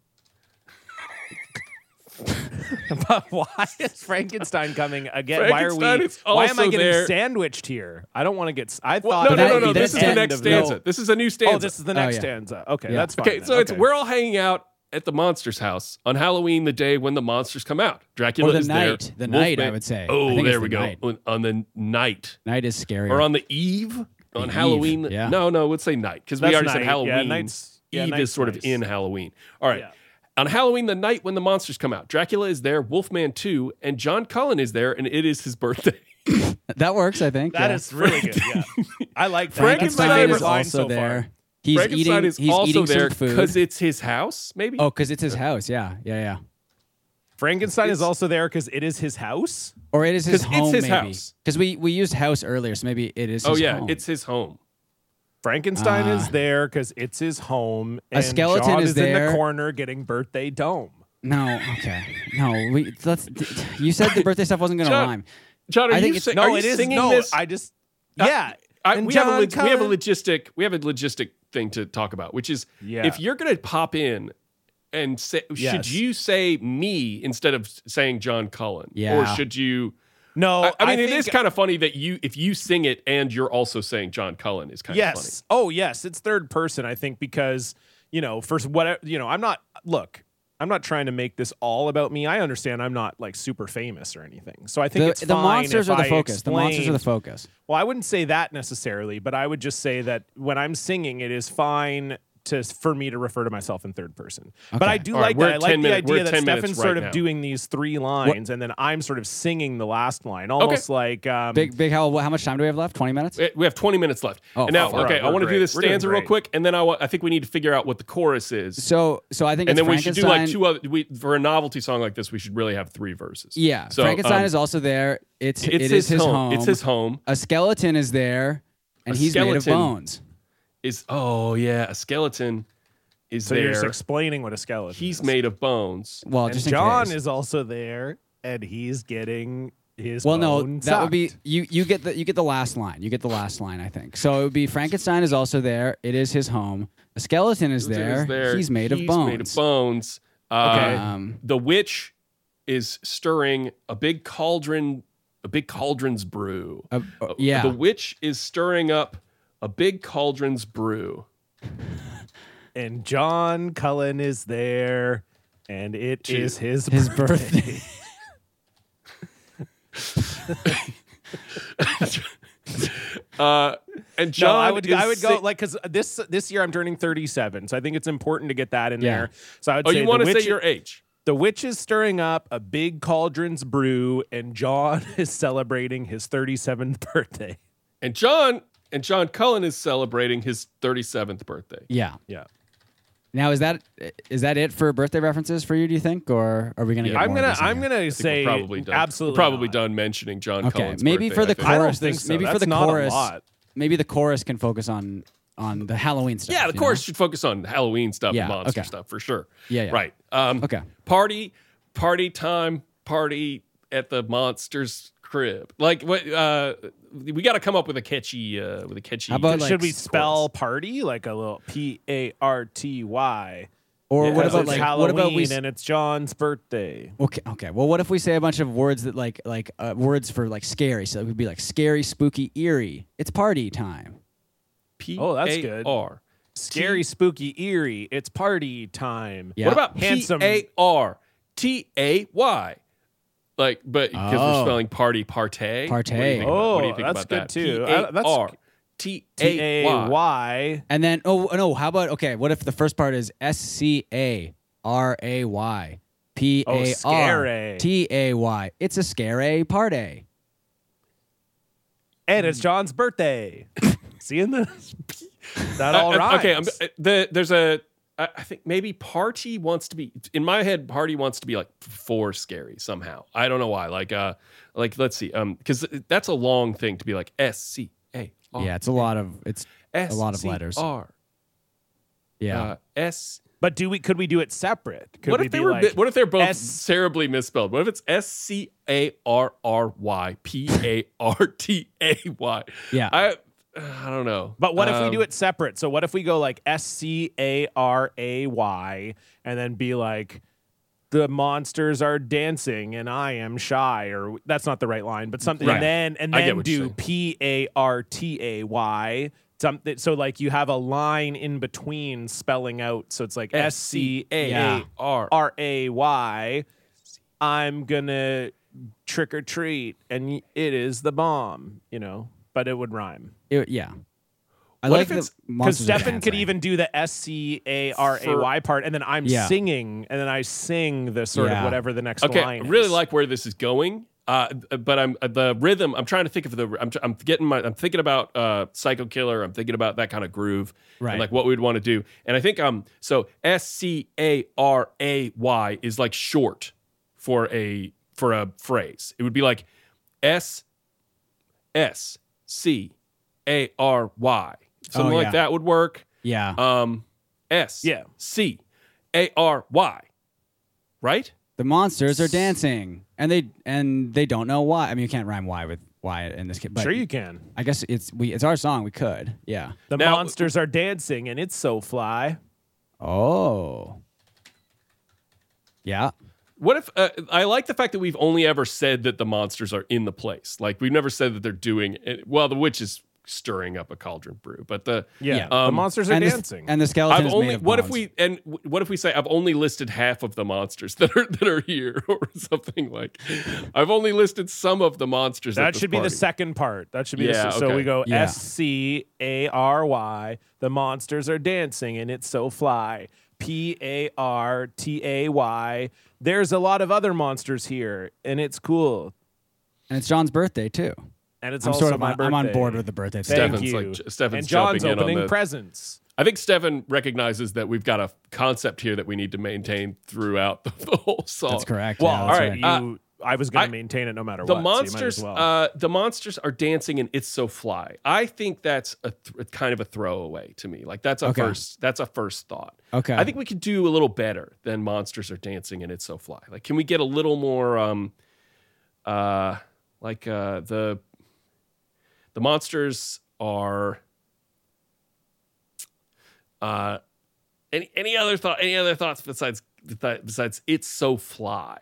[SPEAKER 3] But why is Frankenstein coming again? why are
[SPEAKER 2] Frankenstein
[SPEAKER 3] we?
[SPEAKER 2] is
[SPEAKER 3] Why am I
[SPEAKER 2] also
[SPEAKER 3] getting
[SPEAKER 2] there.
[SPEAKER 3] sandwiched here? I don't want to get. s- I
[SPEAKER 2] Well,
[SPEAKER 3] thought
[SPEAKER 2] no,
[SPEAKER 4] that-
[SPEAKER 2] no, no, no.
[SPEAKER 4] that
[SPEAKER 2] This is the
[SPEAKER 4] end
[SPEAKER 2] next
[SPEAKER 4] of- no.
[SPEAKER 2] stanza. This is a new stanza.
[SPEAKER 3] Oh, this is the next
[SPEAKER 4] yeah.
[SPEAKER 3] stanza. Okay,
[SPEAKER 4] Yeah.
[SPEAKER 3] that's fine.
[SPEAKER 2] okay,
[SPEAKER 3] then.
[SPEAKER 2] so it's
[SPEAKER 3] Okay.
[SPEAKER 2] we're all hanging out at the monster's house on Halloween, the day when the monsters come out. Dracula
[SPEAKER 4] Or the
[SPEAKER 2] is
[SPEAKER 4] night.
[SPEAKER 2] there.
[SPEAKER 4] The night,
[SPEAKER 2] Wolfman-
[SPEAKER 4] I would say. I
[SPEAKER 2] Oh,
[SPEAKER 4] think it's
[SPEAKER 2] there we
[SPEAKER 4] the
[SPEAKER 2] go.
[SPEAKER 4] night.
[SPEAKER 2] On, on the night
[SPEAKER 4] Night is scary.
[SPEAKER 2] or on the eve on
[SPEAKER 4] eve,
[SPEAKER 2] Halloween.
[SPEAKER 4] yeah.
[SPEAKER 2] No, no, let's say night because we
[SPEAKER 3] That's
[SPEAKER 2] already
[SPEAKER 3] night.
[SPEAKER 2] said
[SPEAKER 3] Yeah,
[SPEAKER 2] Halloween.
[SPEAKER 3] night's- yeah,
[SPEAKER 2] eve
[SPEAKER 3] night's
[SPEAKER 2] is sort
[SPEAKER 3] nice.
[SPEAKER 2] of in Halloween. All right.
[SPEAKER 3] Yeah.
[SPEAKER 2] On Halloween, the night when the monsters come out, Dracula is there, Wolfman 2, and John Cullen is there, and it is his birthday.
[SPEAKER 4] that works, I think.
[SPEAKER 3] That
[SPEAKER 4] yeah.
[SPEAKER 3] is really good. Yeah, I like that. That's my
[SPEAKER 4] Frankenstein
[SPEAKER 2] Frankenstein
[SPEAKER 3] favorite
[SPEAKER 4] is
[SPEAKER 2] line
[SPEAKER 4] also
[SPEAKER 3] so far.
[SPEAKER 4] there. He's
[SPEAKER 2] Frankenstein
[SPEAKER 4] eating.
[SPEAKER 2] is
[SPEAKER 4] he's
[SPEAKER 2] also
[SPEAKER 4] eating
[SPEAKER 2] there
[SPEAKER 4] some food.
[SPEAKER 2] because it's his house, maybe?
[SPEAKER 4] oh, because it's his house. Yeah, yeah, yeah.
[SPEAKER 3] Frankenstein is also there because it is his house.
[SPEAKER 4] Or it is his
[SPEAKER 2] 'Cause it's
[SPEAKER 4] home.
[SPEAKER 2] his
[SPEAKER 4] maybe.
[SPEAKER 2] house.
[SPEAKER 4] Because we we used house earlier, so maybe it is.
[SPEAKER 2] Oh,
[SPEAKER 4] his
[SPEAKER 2] yeah,
[SPEAKER 4] home.
[SPEAKER 2] it's his home.
[SPEAKER 3] Frankenstein is
[SPEAKER 4] Ah.
[SPEAKER 3] there because it's his home. And
[SPEAKER 4] skeleton
[SPEAKER 3] John
[SPEAKER 4] is
[SPEAKER 3] in
[SPEAKER 4] there.
[SPEAKER 3] the corner getting birthday dome.
[SPEAKER 4] no. Okay, no. We let's. You said the birthday stuff wasn't gonna
[SPEAKER 2] John-
[SPEAKER 4] rhyme.
[SPEAKER 2] John, are
[SPEAKER 4] I think
[SPEAKER 2] you,
[SPEAKER 4] it's-
[SPEAKER 2] si-
[SPEAKER 3] No,
[SPEAKER 2] are you
[SPEAKER 3] it is
[SPEAKER 2] singing
[SPEAKER 3] no.
[SPEAKER 2] this?
[SPEAKER 3] I just
[SPEAKER 2] Uh,
[SPEAKER 3] yeah.
[SPEAKER 2] I-
[SPEAKER 3] And
[SPEAKER 2] we, have a,
[SPEAKER 3] John
[SPEAKER 2] log- we have a
[SPEAKER 3] Cullen-
[SPEAKER 2] logistic. We have a logistic thing to talk about, which is
[SPEAKER 3] Yeah.
[SPEAKER 2] if you're going to pop in and say, should
[SPEAKER 3] Yes.
[SPEAKER 2] you say me instead of s- saying John Cullen, or
[SPEAKER 4] Yeah.
[SPEAKER 2] should you?
[SPEAKER 3] No,
[SPEAKER 2] I, I mean, it
[SPEAKER 3] think-
[SPEAKER 2] is kind of funny that you if you sing it and you're also saying John Cullen is kind of funny.
[SPEAKER 3] yes. Oh yes, it's third person. I think because you know for whatever you know, I'm not look. I'm not trying to make this all about me. I understand I'm not like super famous or anything. So I think it's
[SPEAKER 4] The, the
[SPEAKER 3] fine
[SPEAKER 4] monsters
[SPEAKER 3] if
[SPEAKER 4] are the
[SPEAKER 3] I
[SPEAKER 4] focus. The monsters are the
[SPEAKER 3] explained-
[SPEAKER 4] focus.
[SPEAKER 3] Well, I wouldn't say that necessarily, but I would just say that when I'm singing, it is fine to for me to refer to myself in third person. But I do
[SPEAKER 2] All right,
[SPEAKER 3] like
[SPEAKER 2] we're
[SPEAKER 3] that. I
[SPEAKER 2] at
[SPEAKER 3] like
[SPEAKER 2] 10
[SPEAKER 3] the
[SPEAKER 2] minute- we're
[SPEAKER 3] idea
[SPEAKER 2] at
[SPEAKER 3] that
[SPEAKER 2] 10 minutes
[SPEAKER 3] Stefan's
[SPEAKER 2] right
[SPEAKER 3] sort of
[SPEAKER 2] now.
[SPEAKER 3] doing these three lines, and then I'm sort of singing the last line, almost like um,
[SPEAKER 4] Big big. How how much time do we have left? Twenty minutes.
[SPEAKER 2] Eh, We- We have 20 minutes left.
[SPEAKER 4] Oh,
[SPEAKER 2] and now,
[SPEAKER 4] fuck.
[SPEAKER 2] okay,
[SPEAKER 3] We're
[SPEAKER 2] I want to
[SPEAKER 3] great.
[SPEAKER 2] do this
[SPEAKER 3] We're doing
[SPEAKER 2] stanza real
[SPEAKER 3] great.
[SPEAKER 2] quick, and then I, wa- I think we need to figure out what the chorus is.
[SPEAKER 4] So so I think
[SPEAKER 2] and
[SPEAKER 4] it's
[SPEAKER 2] then we should do like
[SPEAKER 4] Frankenstein-
[SPEAKER 2] two other. We, for a novelty song like this, we should really have three verses.
[SPEAKER 4] Yeah,
[SPEAKER 2] So,
[SPEAKER 4] Frankenstein
[SPEAKER 2] um,
[SPEAKER 4] is also there. It's,
[SPEAKER 2] It's
[SPEAKER 4] it
[SPEAKER 2] his,
[SPEAKER 4] is his
[SPEAKER 2] home. It's his home.
[SPEAKER 4] A skeleton is there, and
[SPEAKER 2] A
[SPEAKER 4] he's made of
[SPEAKER 2] skeleton.
[SPEAKER 4] bones.
[SPEAKER 2] Is oh yeah, a skeleton is
[SPEAKER 3] So you're
[SPEAKER 2] there.
[SPEAKER 3] just explaining what a skeleton.
[SPEAKER 2] He's
[SPEAKER 3] is.
[SPEAKER 2] made of bones.
[SPEAKER 4] Well,
[SPEAKER 3] And
[SPEAKER 4] just in
[SPEAKER 3] John
[SPEAKER 4] case.
[SPEAKER 3] is also there, and he's getting his.
[SPEAKER 4] Well, no,
[SPEAKER 3] bone
[SPEAKER 4] that would be
[SPEAKER 3] sucked.
[SPEAKER 4] you. You get the you get the last line. You get the last line. I think so. It would be Frankenstein is also there. It is his home. A skeleton is,
[SPEAKER 2] Skeleton
[SPEAKER 4] there.
[SPEAKER 2] is there.
[SPEAKER 4] He's made of
[SPEAKER 2] He's
[SPEAKER 4] bones.
[SPEAKER 2] Made of bones. Uh,
[SPEAKER 3] Okay.
[SPEAKER 4] Um,
[SPEAKER 2] The witch is stirring a big cauldron, a big cauldron's brew.
[SPEAKER 4] uh, uh, yeah.
[SPEAKER 2] The witch is stirring up a big cauldron's brew.
[SPEAKER 3] and John Cullen is there, and it
[SPEAKER 2] Dude.
[SPEAKER 3] is his
[SPEAKER 4] his
[SPEAKER 3] birthday.
[SPEAKER 4] birthday.
[SPEAKER 2] Uh, and
[SPEAKER 3] No,
[SPEAKER 2] John,
[SPEAKER 3] I would
[SPEAKER 2] is
[SPEAKER 3] I would go
[SPEAKER 2] si-
[SPEAKER 3] like because this this year I'm turning 37, so I think it's important to get that in
[SPEAKER 4] Yeah.
[SPEAKER 3] there. So I would
[SPEAKER 2] oh,
[SPEAKER 3] say
[SPEAKER 2] you want
[SPEAKER 3] the
[SPEAKER 2] to
[SPEAKER 3] witch,
[SPEAKER 2] say your age?
[SPEAKER 3] the witch is stirring up a big cauldron's brew, and John is celebrating his 37th birthday.
[SPEAKER 2] And John and John Cullen is celebrating his 37th birthday.
[SPEAKER 4] Yeah.
[SPEAKER 3] Yeah,
[SPEAKER 4] Now is that is that it for birthday references for you? Do you think, or are we gonna? get
[SPEAKER 3] I'm
[SPEAKER 4] more of
[SPEAKER 3] gonna
[SPEAKER 4] this in
[SPEAKER 3] I'm
[SPEAKER 4] here?
[SPEAKER 3] gonna
[SPEAKER 2] I think
[SPEAKER 3] say
[SPEAKER 2] we're probably done.
[SPEAKER 3] absolutely
[SPEAKER 2] we're probably
[SPEAKER 3] not.
[SPEAKER 2] done mentioning John
[SPEAKER 4] Okay,
[SPEAKER 2] Cullen's
[SPEAKER 4] maybe
[SPEAKER 2] birthday,
[SPEAKER 4] for
[SPEAKER 2] I
[SPEAKER 4] the
[SPEAKER 2] think.
[SPEAKER 3] I don't
[SPEAKER 4] chorus.
[SPEAKER 3] think
[SPEAKER 4] there's-
[SPEAKER 3] so.
[SPEAKER 4] Maybe for
[SPEAKER 3] That's
[SPEAKER 4] the
[SPEAKER 3] not a
[SPEAKER 4] chorus.
[SPEAKER 3] lot.
[SPEAKER 4] Maybe the chorus can focus on on the Halloween stuff.
[SPEAKER 2] Yeah, the
[SPEAKER 4] you know?
[SPEAKER 2] chorus should focus on Halloween stuff
[SPEAKER 4] Yeah,
[SPEAKER 2] and monster
[SPEAKER 4] okay.
[SPEAKER 2] stuff for sure.
[SPEAKER 4] Yeah, yeah.
[SPEAKER 2] Right. Um,
[SPEAKER 4] Okay.
[SPEAKER 2] Party, party time, party at the monster's crib. Like what? Uh, we got to come up with a catchy, uh, with a catchy.
[SPEAKER 4] How about,
[SPEAKER 2] chorus.
[SPEAKER 4] like,
[SPEAKER 3] Should we spell party like a little P A R T Y?
[SPEAKER 4] Or
[SPEAKER 2] Yeah,
[SPEAKER 4] what
[SPEAKER 2] it's
[SPEAKER 4] about like
[SPEAKER 3] Halloween
[SPEAKER 4] what about we? s-
[SPEAKER 3] and it's John's birthday?
[SPEAKER 4] Okay, okay. Well, what if we say a bunch of words that like like uh, words for like scary? So it would be like scary, spooky, eerie. It's party time.
[SPEAKER 2] P-
[SPEAKER 3] Oh, that's good.
[SPEAKER 2] R.
[SPEAKER 3] Scary, spooky, eerie. It's party time.
[SPEAKER 4] Yeah.
[SPEAKER 2] What about
[SPEAKER 3] Handsome.
[SPEAKER 2] handsome? A R T A Y. Like, but because
[SPEAKER 4] Oh.
[SPEAKER 2] we're spelling party partay. What do you
[SPEAKER 4] Partay.
[SPEAKER 2] think about- what do
[SPEAKER 3] Oh,
[SPEAKER 2] you think
[SPEAKER 3] that's
[SPEAKER 2] about
[SPEAKER 3] good
[SPEAKER 2] that?
[SPEAKER 3] too. I- that's- T A
[SPEAKER 2] P-A-R-T-A-Y.
[SPEAKER 3] Y.
[SPEAKER 4] And then oh no, how about okay? What if the first part is S C A R A Y P
[SPEAKER 3] Oh,
[SPEAKER 4] A R
[SPEAKER 3] scary.
[SPEAKER 4] T A Y? It's a scary party.
[SPEAKER 3] And it's John's birthday. Seeing this? That all
[SPEAKER 2] Uh, uh,
[SPEAKER 3] right.
[SPEAKER 2] Okay, I'm, uh, the, there's a. I I think maybe party wants to be in my head. Party wants to be like four scary somehow. I don't know why. Like uh, like let's see. Um, because that's a long thing to be like S C A R.
[SPEAKER 4] Yeah, it's a lot of it's
[SPEAKER 2] S
[SPEAKER 4] a lot of letters.
[SPEAKER 2] R.
[SPEAKER 4] yeah.
[SPEAKER 2] Uh, S.
[SPEAKER 3] but do we? Could we do it separate? Could
[SPEAKER 2] What
[SPEAKER 3] we
[SPEAKER 2] if they
[SPEAKER 3] be
[SPEAKER 2] were?
[SPEAKER 3] like,
[SPEAKER 2] bi- what if they're both
[SPEAKER 3] S-
[SPEAKER 2] terribly misspelled? What if it's S C A R R Y P A R T A Y?
[SPEAKER 4] Yeah.
[SPEAKER 2] I uh, I don't know.
[SPEAKER 3] But what if we do
[SPEAKER 2] Um,
[SPEAKER 3] it separate? So what if we go like S C A R A Y and then be like the monsters are dancing and I am shy or that's not the right line, but something
[SPEAKER 2] Right.
[SPEAKER 3] and then and
[SPEAKER 2] I get
[SPEAKER 3] then
[SPEAKER 2] what you're
[SPEAKER 3] do
[SPEAKER 2] saying.
[SPEAKER 3] P A R T A Y something so like you have a line in between spelling out so it's like S C A
[SPEAKER 2] R
[SPEAKER 3] R A Y I'm gonna trick or treat and y- it is the bomb, you know, but it would rhyme.
[SPEAKER 4] It- yeah. I
[SPEAKER 2] What
[SPEAKER 4] like
[SPEAKER 2] if
[SPEAKER 4] the
[SPEAKER 2] it's- 'cause
[SPEAKER 3] Because
[SPEAKER 4] monsters are
[SPEAKER 3] Stefan could
[SPEAKER 4] dancing.
[SPEAKER 3] even do the S C A R A Y part, and then I'm
[SPEAKER 4] Yeah.
[SPEAKER 3] singing, and then I sing the sort
[SPEAKER 4] Yeah.
[SPEAKER 3] of whatever the next
[SPEAKER 2] Okay, I
[SPEAKER 3] line.
[SPEAKER 2] really
[SPEAKER 3] is.
[SPEAKER 2] like where this is going. Uh, but I'm uh, the rhythm. I'm trying to think of the. I'm, I'm getting my. I'm thinking about uh, Psycho Killer. I'm thinking about that kind of groove,
[SPEAKER 4] Right.
[SPEAKER 2] And like what we'd want to do. And I think um. So S C A R A Y is like short for a for a phrase. It would be like S S C A R Y. Something
[SPEAKER 4] Oh, yeah.
[SPEAKER 2] like that would work.
[SPEAKER 4] yeah.
[SPEAKER 2] Um, S
[SPEAKER 3] Yeah.
[SPEAKER 2] C A R Y, right?
[SPEAKER 4] the monsters are dancing, and they and they don't know why. I mean, you can't rhyme why with why in this case. But
[SPEAKER 3] sure, you can.
[SPEAKER 4] I guess it's we it's our song. We could. Yeah.
[SPEAKER 3] The
[SPEAKER 2] Now-
[SPEAKER 3] monsters are dancing, and it's so fly.
[SPEAKER 4] Oh. Yeah.
[SPEAKER 2] What if uh, I like the fact that we've only ever said that the monsters are in the place? Like we've never said that they're doing it. Well, the witch is stirring up a cauldron brew, but the
[SPEAKER 3] Yeah, the
[SPEAKER 2] um,
[SPEAKER 3] monsters are
[SPEAKER 4] and
[SPEAKER 3] dancing.
[SPEAKER 4] The, and the skeleton
[SPEAKER 2] I've
[SPEAKER 4] is made
[SPEAKER 2] only
[SPEAKER 4] of
[SPEAKER 2] what if
[SPEAKER 4] bones.
[SPEAKER 2] we and w- what if we say I've only listed half of the monsters that are that are here or something like I've only listed some of the monsters. at
[SPEAKER 3] that
[SPEAKER 2] this
[SPEAKER 3] should be the
[SPEAKER 2] party.
[SPEAKER 3] second part. That should be
[SPEAKER 2] Yeah,
[SPEAKER 3] the, se- so
[SPEAKER 2] okay.
[SPEAKER 3] we go
[SPEAKER 4] Yeah.
[SPEAKER 3] S C A R Y. The monsters are dancing, and it's so fly. P A R T A Y. There's a lot of other monsters here, and it's cool.
[SPEAKER 4] and it's John's birthday too.
[SPEAKER 3] And it's
[SPEAKER 4] I'm
[SPEAKER 3] also
[SPEAKER 4] sort of
[SPEAKER 3] my
[SPEAKER 4] on, I'm on board
[SPEAKER 3] birthday.
[SPEAKER 4] with the birthday. thing.
[SPEAKER 3] Thank
[SPEAKER 2] Stefan's
[SPEAKER 3] you.
[SPEAKER 2] like- Stefan's
[SPEAKER 3] and
[SPEAKER 2] jumping
[SPEAKER 3] John's
[SPEAKER 2] in on
[SPEAKER 3] opening
[SPEAKER 2] the-
[SPEAKER 3] presents.
[SPEAKER 2] I think Stefan recognizes that we've got a concept here that we need to maintain throughout the, the whole song.
[SPEAKER 4] That's correct.
[SPEAKER 3] Well,
[SPEAKER 4] yeah,
[SPEAKER 3] all
[SPEAKER 4] that's
[SPEAKER 2] right,
[SPEAKER 3] right. You, I was going
[SPEAKER 2] Uh, I-
[SPEAKER 3] to maintain it no matter
[SPEAKER 2] the
[SPEAKER 3] what. so you might as
[SPEAKER 2] monsters
[SPEAKER 3] well.
[SPEAKER 2] uh, the monsters are dancing and it's so fly i think that's a th- a kind of a throwaway to me like that's a
[SPEAKER 4] Okay.
[SPEAKER 2] first that's a first thought
[SPEAKER 4] Okay.
[SPEAKER 2] i think we could do a little better than monsters are dancing and it's so fly like can we get a little more um uh like uh the the monsters are uh any any other thought any other thoughts besides besides it's so fly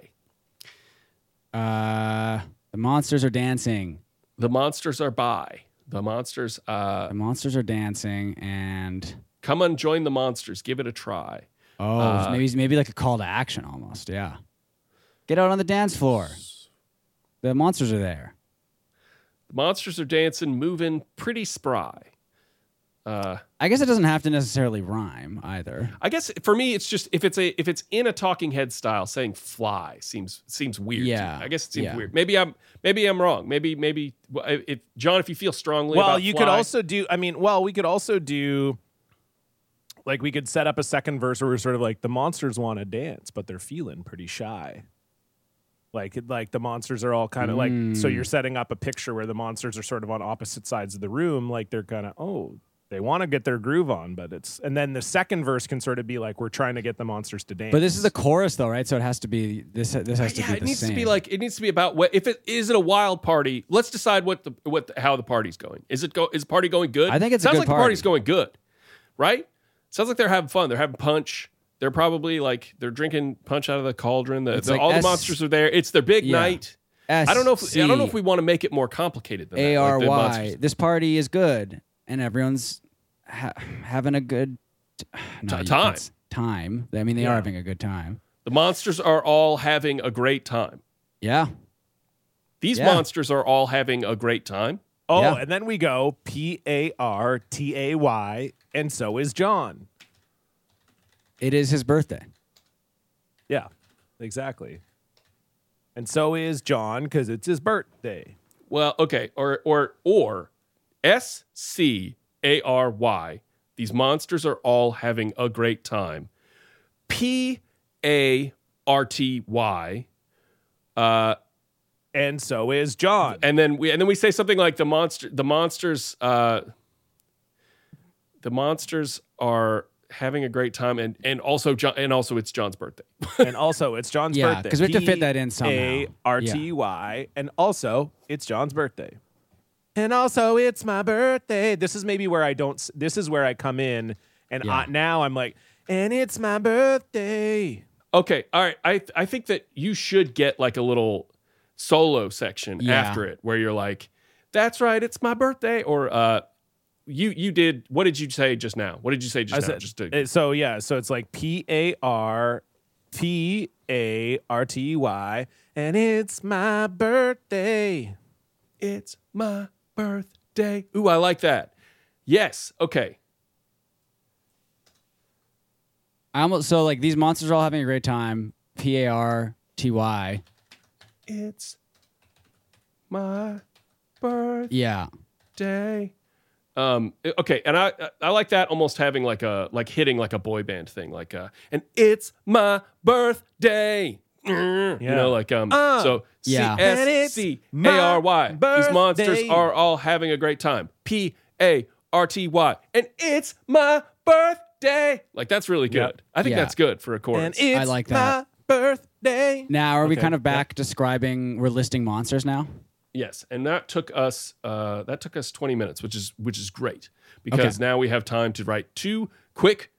[SPEAKER 4] Uh, the monsters are dancing.
[SPEAKER 2] the monsters are by the monsters uh
[SPEAKER 4] The monsters are dancing, and
[SPEAKER 2] come on join the monsters give it a try
[SPEAKER 4] oh,
[SPEAKER 2] Uh,
[SPEAKER 4] maybe maybe like a call to action almost. Yeah, get out on the dance floor. The monsters are there.
[SPEAKER 2] The monsters are dancing, moving, pretty spry. Uh,
[SPEAKER 4] I guess it doesn't have to necessarily rhyme either.
[SPEAKER 2] I guess for me, it's just if it's a if it's in a talking head style, saying "fly" seems seems weird. to me.
[SPEAKER 4] Yeah,
[SPEAKER 2] I guess it seems
[SPEAKER 4] yeah.
[SPEAKER 2] weird. Maybe I'm maybe I'm wrong. Maybe maybe if John, if you feel strongly,
[SPEAKER 3] Well,
[SPEAKER 2] about
[SPEAKER 3] you
[SPEAKER 2] fly,
[SPEAKER 3] could also do. I mean, well, we could also do. Like we could set up a second verse where we're sort of like the monsters want to dance, but they're feeling pretty shy. Like like the monsters are all kind of like so
[SPEAKER 4] Mm.
[SPEAKER 3] you're setting up a picture where the monsters are sort of on opposite sides of the room, like they're kind of oh they want to get their groove on, but it's and then the second verse can sort of be like we're trying to get the monsters to dance.
[SPEAKER 4] But this is a chorus though, right? So it has to be this. This has to
[SPEAKER 2] Uh, yeah,
[SPEAKER 4] be
[SPEAKER 2] it
[SPEAKER 4] the
[SPEAKER 2] needs
[SPEAKER 4] same.
[SPEAKER 2] to be like it needs to be about what if it is it a wild party. Let's decide what the what the, how the party's going. Is it go is the party going good?
[SPEAKER 4] I think it's a
[SPEAKER 2] sounds
[SPEAKER 4] good
[SPEAKER 2] like the
[SPEAKER 4] party.
[SPEAKER 2] party's going good, right? Sounds like they're having fun. They're having punch. They're probably like they're drinking punch out of the cauldron. The,
[SPEAKER 4] It's
[SPEAKER 2] the-
[SPEAKER 4] like
[SPEAKER 2] all
[SPEAKER 4] S-
[SPEAKER 2] the monsters are there. It's their big
[SPEAKER 4] Yeah.
[SPEAKER 2] night. I don't know if I don't know if we want to make it more complicated than that.
[SPEAKER 4] A
[SPEAKER 2] like
[SPEAKER 4] R
[SPEAKER 2] the
[SPEAKER 4] Y.
[SPEAKER 2] monsters.
[SPEAKER 4] This party is good, and everyone's ha- having a good t- no,
[SPEAKER 2] Ti-
[SPEAKER 4] you-
[SPEAKER 2] time.
[SPEAKER 4] that's Time. I mean, they
[SPEAKER 3] Yeah.
[SPEAKER 4] are having a good time.
[SPEAKER 2] The monsters are all having a great time.
[SPEAKER 4] Yeah.
[SPEAKER 2] These
[SPEAKER 4] Yeah.
[SPEAKER 2] monsters are all having a great time.
[SPEAKER 3] oh,
[SPEAKER 4] yeah.
[SPEAKER 3] and then we go P A R T A Y, and so is John.
[SPEAKER 4] It is his birthday.
[SPEAKER 3] Yeah, exactly. And so is John because it's his birthday.
[SPEAKER 2] Well, okay, or or or S C A R Y. These monsters are all having a great time. P A R T Y. Uh,
[SPEAKER 3] And so is John.
[SPEAKER 2] and then we and then we say something like the monster the monsters uh the monsters are having a great time and and also John and also it's John's birthday.
[SPEAKER 3] And also, it's John's
[SPEAKER 4] Yeah,
[SPEAKER 3] birthday.
[SPEAKER 4] 'cause we have to fit that in somehow.
[SPEAKER 3] A R T Y. And also, it's John's birthday. And also, it's my birthday. This is maybe where I don't, s- this is where I come in. And
[SPEAKER 4] Yeah.
[SPEAKER 3] I, now I'm like, and it's my birthday.
[SPEAKER 2] Okay, all right. I I think that you should get like a little solo section
[SPEAKER 4] Yeah.
[SPEAKER 2] after it where you're like, "That's right, it's my birthday," or uh, you you did what did you say just now? What did you say just
[SPEAKER 3] I
[SPEAKER 2] now?
[SPEAKER 3] said-
[SPEAKER 2] just to,
[SPEAKER 3] uh, so yeah, so it's like P A R P A R T Y, and it's my birthday.
[SPEAKER 2] it's my birthday. Ooh, I like that. Yes. Okay.
[SPEAKER 4] I almost so like these monsters are all having a great time. P A R T Y.
[SPEAKER 2] It's my birthday.
[SPEAKER 4] Yeah.
[SPEAKER 2] day. Um, i- okay, and I I- I like that almost having like a like hitting like a boy band thing, like uh, and it's my birthday. You
[SPEAKER 3] Yeah.
[SPEAKER 2] know, like um,
[SPEAKER 3] Uh,
[SPEAKER 2] so C
[SPEAKER 4] Yeah.
[SPEAKER 3] and
[SPEAKER 2] S
[SPEAKER 3] it's
[SPEAKER 2] C A
[SPEAKER 3] my
[SPEAKER 2] R Y. These monsters
[SPEAKER 3] birthday.
[SPEAKER 2] are all having a great time. P A R T Y, and it's my birthday. Like that's really good.
[SPEAKER 3] Yeah.
[SPEAKER 2] I think
[SPEAKER 4] Yeah.
[SPEAKER 2] that's good for a chorus.
[SPEAKER 3] And it's
[SPEAKER 4] like
[SPEAKER 3] my
[SPEAKER 4] that.
[SPEAKER 3] birthday.
[SPEAKER 4] Now are we
[SPEAKER 3] Okay,
[SPEAKER 4] kind of
[SPEAKER 3] yeah.
[SPEAKER 4] back describing? We're listing monsters now.
[SPEAKER 2] Yes, and that took us uh, that took us twenty minutes, which is which is great because now we have time to write two quick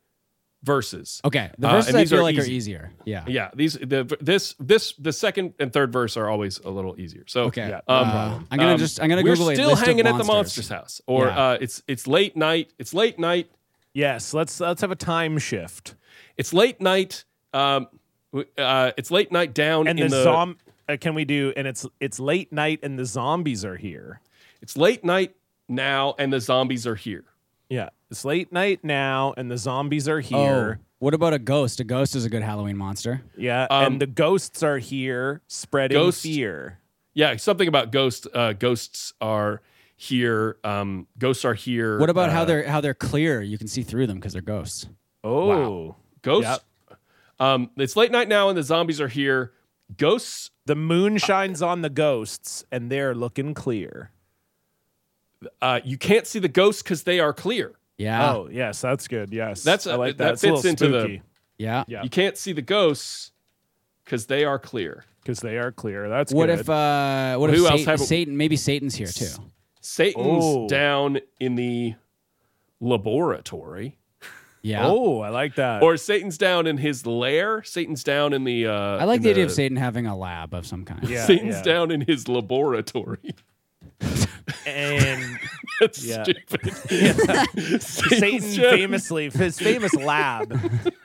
[SPEAKER 2] verses.
[SPEAKER 4] Okay. The
[SPEAKER 2] Uh,
[SPEAKER 4] verses
[SPEAKER 2] and
[SPEAKER 4] I
[SPEAKER 2] these
[SPEAKER 4] feel
[SPEAKER 2] are
[SPEAKER 4] like
[SPEAKER 2] easy.
[SPEAKER 4] are easier. Yeah.
[SPEAKER 2] Yeah, these the this this the second and third verse are always a little easier. So
[SPEAKER 4] Okay.
[SPEAKER 3] Yeah,
[SPEAKER 4] uh,
[SPEAKER 2] no
[SPEAKER 4] I'm gonna
[SPEAKER 2] um,
[SPEAKER 4] just I'm gonna
[SPEAKER 2] we're
[SPEAKER 4] Google a
[SPEAKER 2] still
[SPEAKER 4] list of
[SPEAKER 2] hanging at the monster's
[SPEAKER 4] monsters.
[SPEAKER 2] house, or
[SPEAKER 4] Yeah.
[SPEAKER 2] uh, it's it's late night. It's late night.
[SPEAKER 3] Yes, let's let's have a time shift.
[SPEAKER 2] It's late night. Um, w- uh, it's late night down
[SPEAKER 3] And the,
[SPEAKER 2] in the.
[SPEAKER 3] zom uh, can we do? And it's it's late night, and the zombies are here.
[SPEAKER 2] it's late night now, and the zombies are here.
[SPEAKER 3] Yeah, it's late night now, and the zombies are here.
[SPEAKER 4] Oh, what about a ghost? A ghost is a good Halloween monster.
[SPEAKER 3] Yeah,
[SPEAKER 2] Um,
[SPEAKER 3] and the ghosts are here, spreading
[SPEAKER 2] Ghosts-
[SPEAKER 3] fear.
[SPEAKER 2] Yeah, something about ghosts. Uh, ghosts are here. Um, ghosts are here.
[SPEAKER 4] What about how
[SPEAKER 2] uh,
[SPEAKER 4] they're how they're clear? You can see through them because they're ghosts.
[SPEAKER 3] Oh,
[SPEAKER 2] Uh, ghosts? Um, it's late night now, and the zombies are here. Ghosts.
[SPEAKER 3] The moon shines on the ghosts, and they're looking clear.
[SPEAKER 2] Uh, you can't see the ghosts because they are clear.
[SPEAKER 4] Yeah.
[SPEAKER 3] oh, yes, that's good. Yes,
[SPEAKER 2] Ah. That's- uh,
[SPEAKER 3] I like
[SPEAKER 2] that
[SPEAKER 3] that. It's a
[SPEAKER 2] fits
[SPEAKER 3] little
[SPEAKER 2] into the-
[SPEAKER 3] spooky
[SPEAKER 4] Yeah.
[SPEAKER 3] Yeah.
[SPEAKER 2] You can't see the ghosts because they are clear.
[SPEAKER 3] because they are clear. That's
[SPEAKER 4] What
[SPEAKER 3] good.
[SPEAKER 4] if uh what
[SPEAKER 2] Who
[SPEAKER 4] if
[SPEAKER 2] else
[SPEAKER 4] Satan,
[SPEAKER 2] have a-
[SPEAKER 4] Satan maybe Satan's here too?
[SPEAKER 2] Satan's
[SPEAKER 3] Oh.
[SPEAKER 2] down in the laboratory,
[SPEAKER 4] Yeah.
[SPEAKER 3] oh, I like that.
[SPEAKER 2] or Satan's down in his lair. Satan's down in the. Uh,
[SPEAKER 4] I like
[SPEAKER 2] in
[SPEAKER 4] the idea of Satan having a lab of some kind.
[SPEAKER 3] Yeah,
[SPEAKER 2] Satan's
[SPEAKER 3] yeah.
[SPEAKER 2] down in his laboratory.
[SPEAKER 3] and
[SPEAKER 2] That's
[SPEAKER 3] Yeah.
[SPEAKER 2] stupid. Satan's
[SPEAKER 3] Satan
[SPEAKER 2] down-
[SPEAKER 3] famously his famous lab.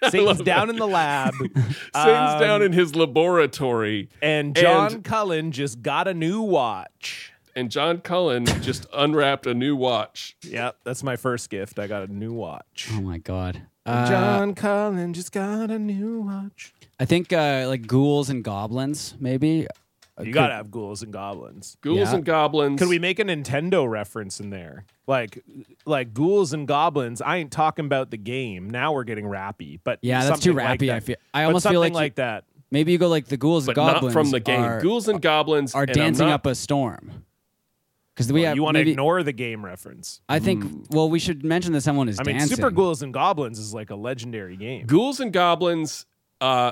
[SPEAKER 3] Satan's down in the lab,
[SPEAKER 2] Satan's
[SPEAKER 3] Um,
[SPEAKER 2] down in his laboratory.
[SPEAKER 3] and John Cullen just got a new watch.
[SPEAKER 2] and John Cullen just unwrapped a new watch.
[SPEAKER 3] Yep, that's my first gift. I got a new watch.
[SPEAKER 4] Oh my god. Uh,
[SPEAKER 3] Mm-hmm. John Cullen just got a new watch.
[SPEAKER 4] I think uh, like ghouls and goblins, maybe.
[SPEAKER 3] You gotta have ghouls and goblins.
[SPEAKER 2] Ghouls
[SPEAKER 4] Yeah.
[SPEAKER 2] and goblins.
[SPEAKER 3] Could we make a Nintendo reference in there? Like, like ghouls and goblins. I ain't talking about the game. Now we're getting rappy, but
[SPEAKER 4] Yeah, that's too
[SPEAKER 3] something like
[SPEAKER 4] rappy,
[SPEAKER 3] that.
[SPEAKER 4] I feel- I
[SPEAKER 3] But
[SPEAKER 4] almost feel
[SPEAKER 3] something
[SPEAKER 4] like you-
[SPEAKER 3] like that.
[SPEAKER 4] Maybe you go like the ghouls
[SPEAKER 2] But
[SPEAKER 4] and goblins
[SPEAKER 2] not from the game.
[SPEAKER 4] Are,
[SPEAKER 2] Ghouls and goblins
[SPEAKER 4] are
[SPEAKER 2] and I'm
[SPEAKER 4] dancing
[SPEAKER 2] not- Oh,
[SPEAKER 4] up a storm. Because we have
[SPEAKER 3] you want to
[SPEAKER 4] maybe-
[SPEAKER 3] ignore the game reference.
[SPEAKER 4] I think.
[SPEAKER 2] Hmm.
[SPEAKER 4] Well, we should mention that someone is
[SPEAKER 3] I mean,
[SPEAKER 4] dancing.
[SPEAKER 3] Super Ghouls and Goblins is like a legendary game.
[SPEAKER 2] ghouls and goblins uh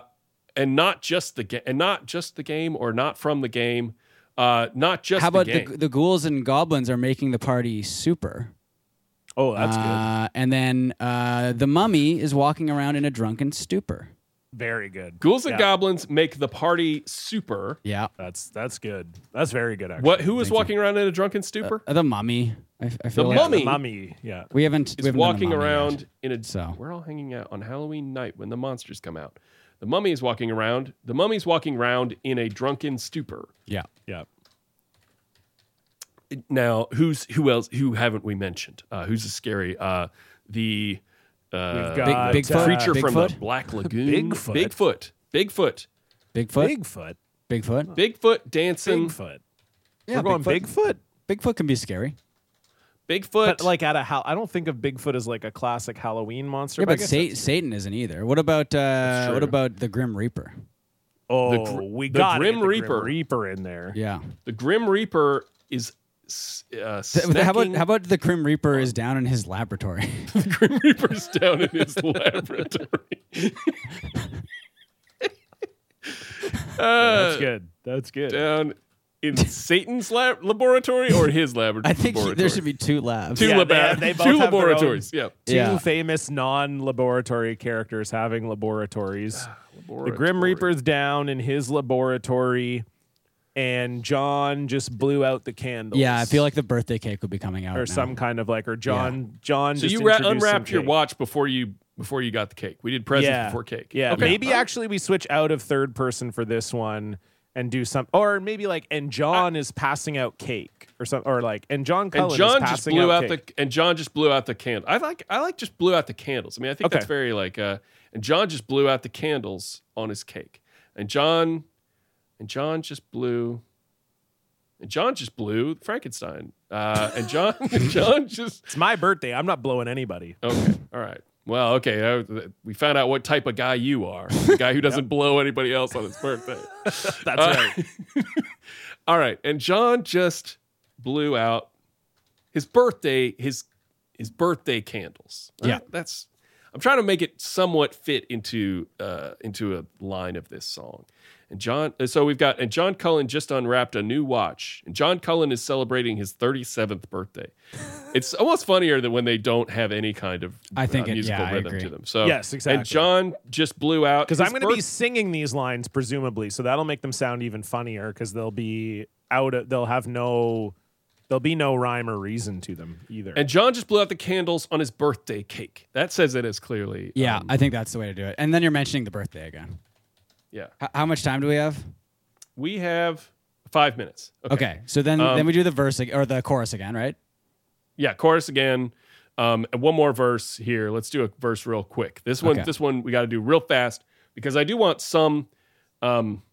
[SPEAKER 2] and not just the game and not just the game or not from the game uh not just
[SPEAKER 4] How about
[SPEAKER 2] the
[SPEAKER 4] the,
[SPEAKER 2] game
[SPEAKER 4] the, ghouls and goblins are making the party super?
[SPEAKER 3] Oh, that's good.
[SPEAKER 4] Uh, and then uh, the mummy is walking around in a drunken stupor.
[SPEAKER 3] Very good.
[SPEAKER 2] ghouls and
[SPEAKER 3] Yeah,
[SPEAKER 2] goblins make the party super
[SPEAKER 4] Yeah,
[SPEAKER 3] That's that's good. That's very good. Actually.
[SPEAKER 2] what who is walking around in a drunken stupor
[SPEAKER 4] Uh, the mummy. I, I feel
[SPEAKER 2] The
[SPEAKER 4] like
[SPEAKER 2] mummy
[SPEAKER 3] The mummy. Yeah.
[SPEAKER 4] we haven't. we
[SPEAKER 2] is
[SPEAKER 4] haven't done the
[SPEAKER 2] walking
[SPEAKER 4] mummy yet.
[SPEAKER 2] around in a
[SPEAKER 4] So.
[SPEAKER 2] we're all hanging out on halloween night when the monsters come out the mummy is walking around the mummy's walking around in a drunken stupor
[SPEAKER 4] Yeah.
[SPEAKER 3] Yeah.
[SPEAKER 2] now who's who else who haven't we mentioned uh who's a scary uh the uh,
[SPEAKER 3] We've got
[SPEAKER 4] Big- Bigfoot?
[SPEAKER 2] creature
[SPEAKER 4] Uh,
[SPEAKER 2] from the
[SPEAKER 4] Bigfoot?
[SPEAKER 2] Black Lagoon.
[SPEAKER 3] Bigfoot.
[SPEAKER 2] Bigfoot. Bigfoot.
[SPEAKER 4] Bigfoot. Bigfoot.
[SPEAKER 3] Bigfoot.
[SPEAKER 2] Bigfoot dancing.
[SPEAKER 3] Bigfoot.
[SPEAKER 4] Yeah,
[SPEAKER 3] We're going
[SPEAKER 4] Bigfoot.
[SPEAKER 3] Bigfoot.
[SPEAKER 4] Bigfoot can be scary.
[SPEAKER 2] Bigfoot.
[SPEAKER 3] But like at a hal- I don't think of Bigfoot as like a classic Halloween monster.
[SPEAKER 4] Yeah,
[SPEAKER 3] I
[SPEAKER 4] but
[SPEAKER 3] guess
[SPEAKER 4] Sa- Satan isn't either. What about uh,
[SPEAKER 2] true.
[SPEAKER 4] what about the Grim Reaper?
[SPEAKER 3] Oh,
[SPEAKER 2] The gr-
[SPEAKER 3] we
[SPEAKER 2] the
[SPEAKER 3] got
[SPEAKER 2] Grim
[SPEAKER 3] it, the
[SPEAKER 2] Reaper.
[SPEAKER 3] Grim Reaper in there.
[SPEAKER 4] Yeah.
[SPEAKER 2] the Grim Reaper is s- uh,
[SPEAKER 4] Th- How about
[SPEAKER 2] snacking-
[SPEAKER 4] how about the Grim Reaper is down in his laboratory?
[SPEAKER 2] the Grim Reaper's down in his laboratory?
[SPEAKER 3] That's
[SPEAKER 2] uh,
[SPEAKER 3] good. That's good.
[SPEAKER 2] down in Satan's lab- laboratory or his labor-
[SPEAKER 4] I think
[SPEAKER 2] laboratory?
[SPEAKER 4] there should be two labs.
[SPEAKER 2] two,
[SPEAKER 3] Yeah,
[SPEAKER 2] lab-
[SPEAKER 3] they- they both
[SPEAKER 2] two
[SPEAKER 3] have their own-
[SPEAKER 2] laboratories. Yeah.
[SPEAKER 3] Two
[SPEAKER 4] Yeah.
[SPEAKER 3] famous non-laboratory characters having laboratories. the
[SPEAKER 2] Ah, Laboratory.
[SPEAKER 3] Grim Reaper's down in his laboratory, and John just blew out the candles.
[SPEAKER 4] Yeah, I feel like the birthday cake would be coming out
[SPEAKER 3] or
[SPEAKER 4] now.
[SPEAKER 3] some kind of like, or John, John.
[SPEAKER 2] So
[SPEAKER 3] just
[SPEAKER 2] you ra-
[SPEAKER 3] introduced some
[SPEAKER 2] unwrapped your
[SPEAKER 3] cake.
[SPEAKER 2] watch before you before you got the cake. We did presents
[SPEAKER 3] yeah.
[SPEAKER 2] before cake.
[SPEAKER 3] Yeah,
[SPEAKER 2] Okay.
[SPEAKER 3] maybe actually we switch out of third person for this one and do some, or maybe like, and John is passing out cake or something, or like, and John Cullen
[SPEAKER 2] and John
[SPEAKER 3] is
[SPEAKER 2] just
[SPEAKER 3] passing
[SPEAKER 2] blew
[SPEAKER 3] out,
[SPEAKER 2] out,
[SPEAKER 3] cake.
[SPEAKER 2] the and John just blew out the candle. I like I like just blew out the candles. I mean, I think
[SPEAKER 3] Okay.
[SPEAKER 2] that's very like uh and John just blew out the candles on his cake. And John and John just blew and John just blew Frankenstein. Uh and John and John just
[SPEAKER 3] It's my birthday. I'm not blowing anybody.
[SPEAKER 2] Okay. All right. Well, okay. that- we found out what type of guy you are. The guy who doesn't blow anybody else on his birthday.
[SPEAKER 3] That's
[SPEAKER 2] Uh,
[SPEAKER 3] right.
[SPEAKER 2] All right, and John just blew out his birthday his his birthday candles.
[SPEAKER 4] Yeah.
[SPEAKER 2] that's. I'm trying to make it somewhat fit into uh, into a line of this song. And John, uh, so we've got and John Cullen just unwrapped a new watch, and John Cullen is celebrating his 37th birthday. it's almost funnier than when they don't have any kind of
[SPEAKER 4] I think
[SPEAKER 2] uh,
[SPEAKER 4] it-
[SPEAKER 2] musical
[SPEAKER 4] yeah, I
[SPEAKER 2] rhythm
[SPEAKER 4] agree.
[SPEAKER 2] to them. So
[SPEAKER 3] Yes, exactly.
[SPEAKER 2] And John just blew out
[SPEAKER 3] Because
[SPEAKER 2] his
[SPEAKER 3] I'm going to
[SPEAKER 2] birth-
[SPEAKER 3] be singing these lines presumably, so that'll make them sound even funnier. Because they'll be out. Of, they'll have no. There'll be no rhyme or reason to them either.
[SPEAKER 2] And John just blew out the candles on his birthday cake. That says it as clearly.
[SPEAKER 4] Yeah,
[SPEAKER 2] um,
[SPEAKER 4] I think that's the way to do it. And then you're mentioning the birthday again.
[SPEAKER 2] yeah.
[SPEAKER 4] H- how much time do we have?
[SPEAKER 2] We have five minutes. Okay. Um,
[SPEAKER 4] Okay, so then then we do the verse ag- or the chorus again, right?
[SPEAKER 2] Yeah. Chorus again. Um, and one more verse here. Let's do a verse real quick. This one.
[SPEAKER 4] Okay.
[SPEAKER 2] This one we got to do real fast because I do want some. Um,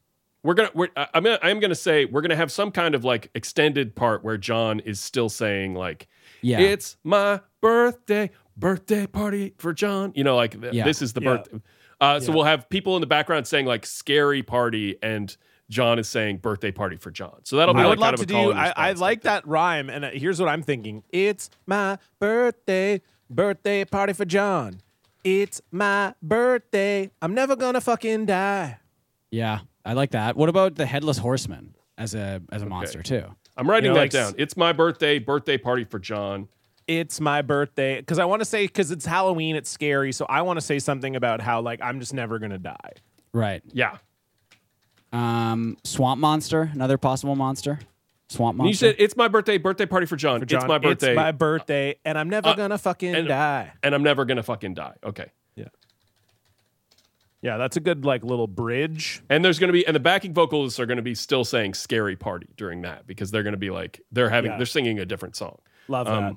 [SPEAKER 2] we're gonna. We're, I- I'm. Gonna, I'm gonna say we're gonna have some kind of like extended part where John is still saying like,
[SPEAKER 4] Yeah.
[SPEAKER 2] it's my birthday, birthday party for John." You know, like th-
[SPEAKER 4] Yeah.
[SPEAKER 2] this is the
[SPEAKER 3] Yeah.
[SPEAKER 2] birthday. Uh, so we'll have people in the background saying like "scary party" and John is saying "birthday party for John." So that'll be
[SPEAKER 3] I
[SPEAKER 2] like
[SPEAKER 3] would
[SPEAKER 2] kind
[SPEAKER 3] love
[SPEAKER 2] of
[SPEAKER 3] to
[SPEAKER 2] a call
[SPEAKER 3] do.
[SPEAKER 2] and
[SPEAKER 3] I, I
[SPEAKER 2] response.
[SPEAKER 3] like that rhyme, and uh, here's what I'm thinking: It's my birthday, birthday party for John. It's my birthday. I'm never gonna fucking die.
[SPEAKER 4] Yeah, I like that. What about the headless horseman as a as a monster too?
[SPEAKER 2] I'm writing
[SPEAKER 3] You know,
[SPEAKER 2] that
[SPEAKER 3] like s-
[SPEAKER 2] down. It's my birthday, birthday party for John.
[SPEAKER 3] It's my birthday because I want to say because it's Halloween, it's scary, so I want to say something about how like I'm just never gonna die.
[SPEAKER 4] Right.
[SPEAKER 2] Yeah.
[SPEAKER 4] Um, swamp monster, another possible monster. Swamp
[SPEAKER 2] And
[SPEAKER 4] monster.
[SPEAKER 2] you said it's my birthday, birthday party for John.
[SPEAKER 3] John,
[SPEAKER 2] it's my birthday,
[SPEAKER 3] It's my birthday, Uh, and I'm never gonna fucking
[SPEAKER 2] and-
[SPEAKER 3] die.
[SPEAKER 2] and I'm never gonna fucking die. Okay.
[SPEAKER 3] Yeah. Yeah, that's a good like little bridge.
[SPEAKER 2] And there's going to be, and the backing vocalists are going to be still saying "scary party" during that because they're going to be like they're having
[SPEAKER 3] Yeah.
[SPEAKER 2] they're singing a different song.
[SPEAKER 3] Love
[SPEAKER 2] Um,
[SPEAKER 3] that.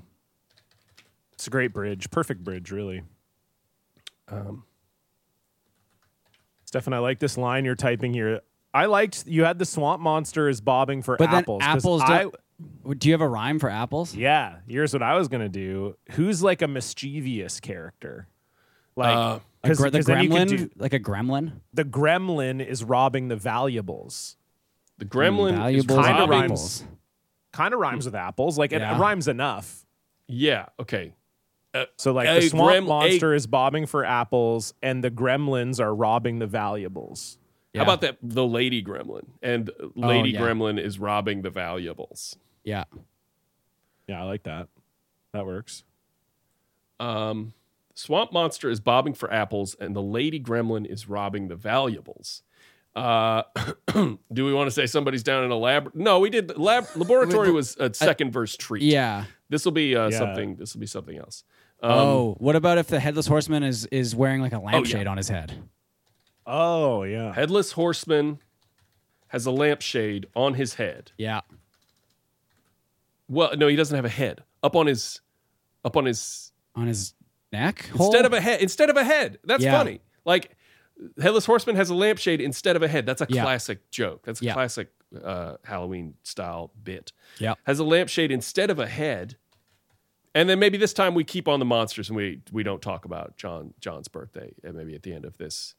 [SPEAKER 3] It's a great bridge. Perfect bridge, really. Um, Stefan, I like this line you're typing here. I liked you had the swamp monster is bobbing for
[SPEAKER 4] But
[SPEAKER 3] apples.
[SPEAKER 4] then
[SPEAKER 3] 'cause
[SPEAKER 4] apples.
[SPEAKER 3] I,
[SPEAKER 4] Don't, do you have a rhyme for apples?
[SPEAKER 3] yeah, here's what I was gonna do. Who's like a mischievous character? Like
[SPEAKER 2] Uh,
[SPEAKER 4] A gre- the
[SPEAKER 3] then you could
[SPEAKER 4] gremlin,
[SPEAKER 3] do-
[SPEAKER 4] like a gremlin.
[SPEAKER 3] the gremlin is robbing the valuables.
[SPEAKER 2] The Gremlin is
[SPEAKER 4] Valuables
[SPEAKER 3] kinda
[SPEAKER 4] and
[SPEAKER 2] robbing-
[SPEAKER 3] rhymes.
[SPEAKER 4] apples.
[SPEAKER 3] Kind of rhymes with apples. Like it
[SPEAKER 4] Yeah.
[SPEAKER 3] rhymes enough.
[SPEAKER 2] Yeah. Okay.
[SPEAKER 3] So like
[SPEAKER 2] A
[SPEAKER 3] the swamp
[SPEAKER 2] grem- a-
[SPEAKER 3] monster is bobbing for apples, and the gremlins are robbing the valuables.
[SPEAKER 4] Yeah.
[SPEAKER 2] How about that? The Lady Gremlin and Lady
[SPEAKER 4] yeah.
[SPEAKER 3] Oh,
[SPEAKER 2] Gremlin is robbing the valuables.
[SPEAKER 4] Yeah.
[SPEAKER 3] Yeah, I like that. That works.
[SPEAKER 2] Um, Swamp Monster is bobbing for apples, and the Lady Gremlin is robbing the valuables. Uh, do we want to say somebody's down in a lab? No, we did. Lab laboratory was a second verse treat.
[SPEAKER 4] Yeah.
[SPEAKER 2] This will be uh,
[SPEAKER 3] Yeah.
[SPEAKER 2] something. This will be something else.
[SPEAKER 3] Um,
[SPEAKER 4] oh, what about if the headless horseman is is wearing like a lampshade on his head?
[SPEAKER 3] Oh yeah,
[SPEAKER 2] Headless horseman has a lampshade on his head.
[SPEAKER 4] Yeah.
[SPEAKER 2] Well, no, he doesn't have a head. Up on his, up on his
[SPEAKER 4] On his neck.
[SPEAKER 2] instead of a head. Instead of a head. That's
[SPEAKER 4] Yeah.
[SPEAKER 2] funny. Like headless horseman has a lampshade instead of a head. That's a
[SPEAKER 4] Yeah.
[SPEAKER 2] classic joke. That's a
[SPEAKER 4] Yeah.
[SPEAKER 2] classic uh, Halloween style bit.
[SPEAKER 4] Yeah.
[SPEAKER 2] Has a lampshade instead of a head. And then maybe this time we keep on the monsters and we we don't talk about John John's birthday. And maybe at the end of this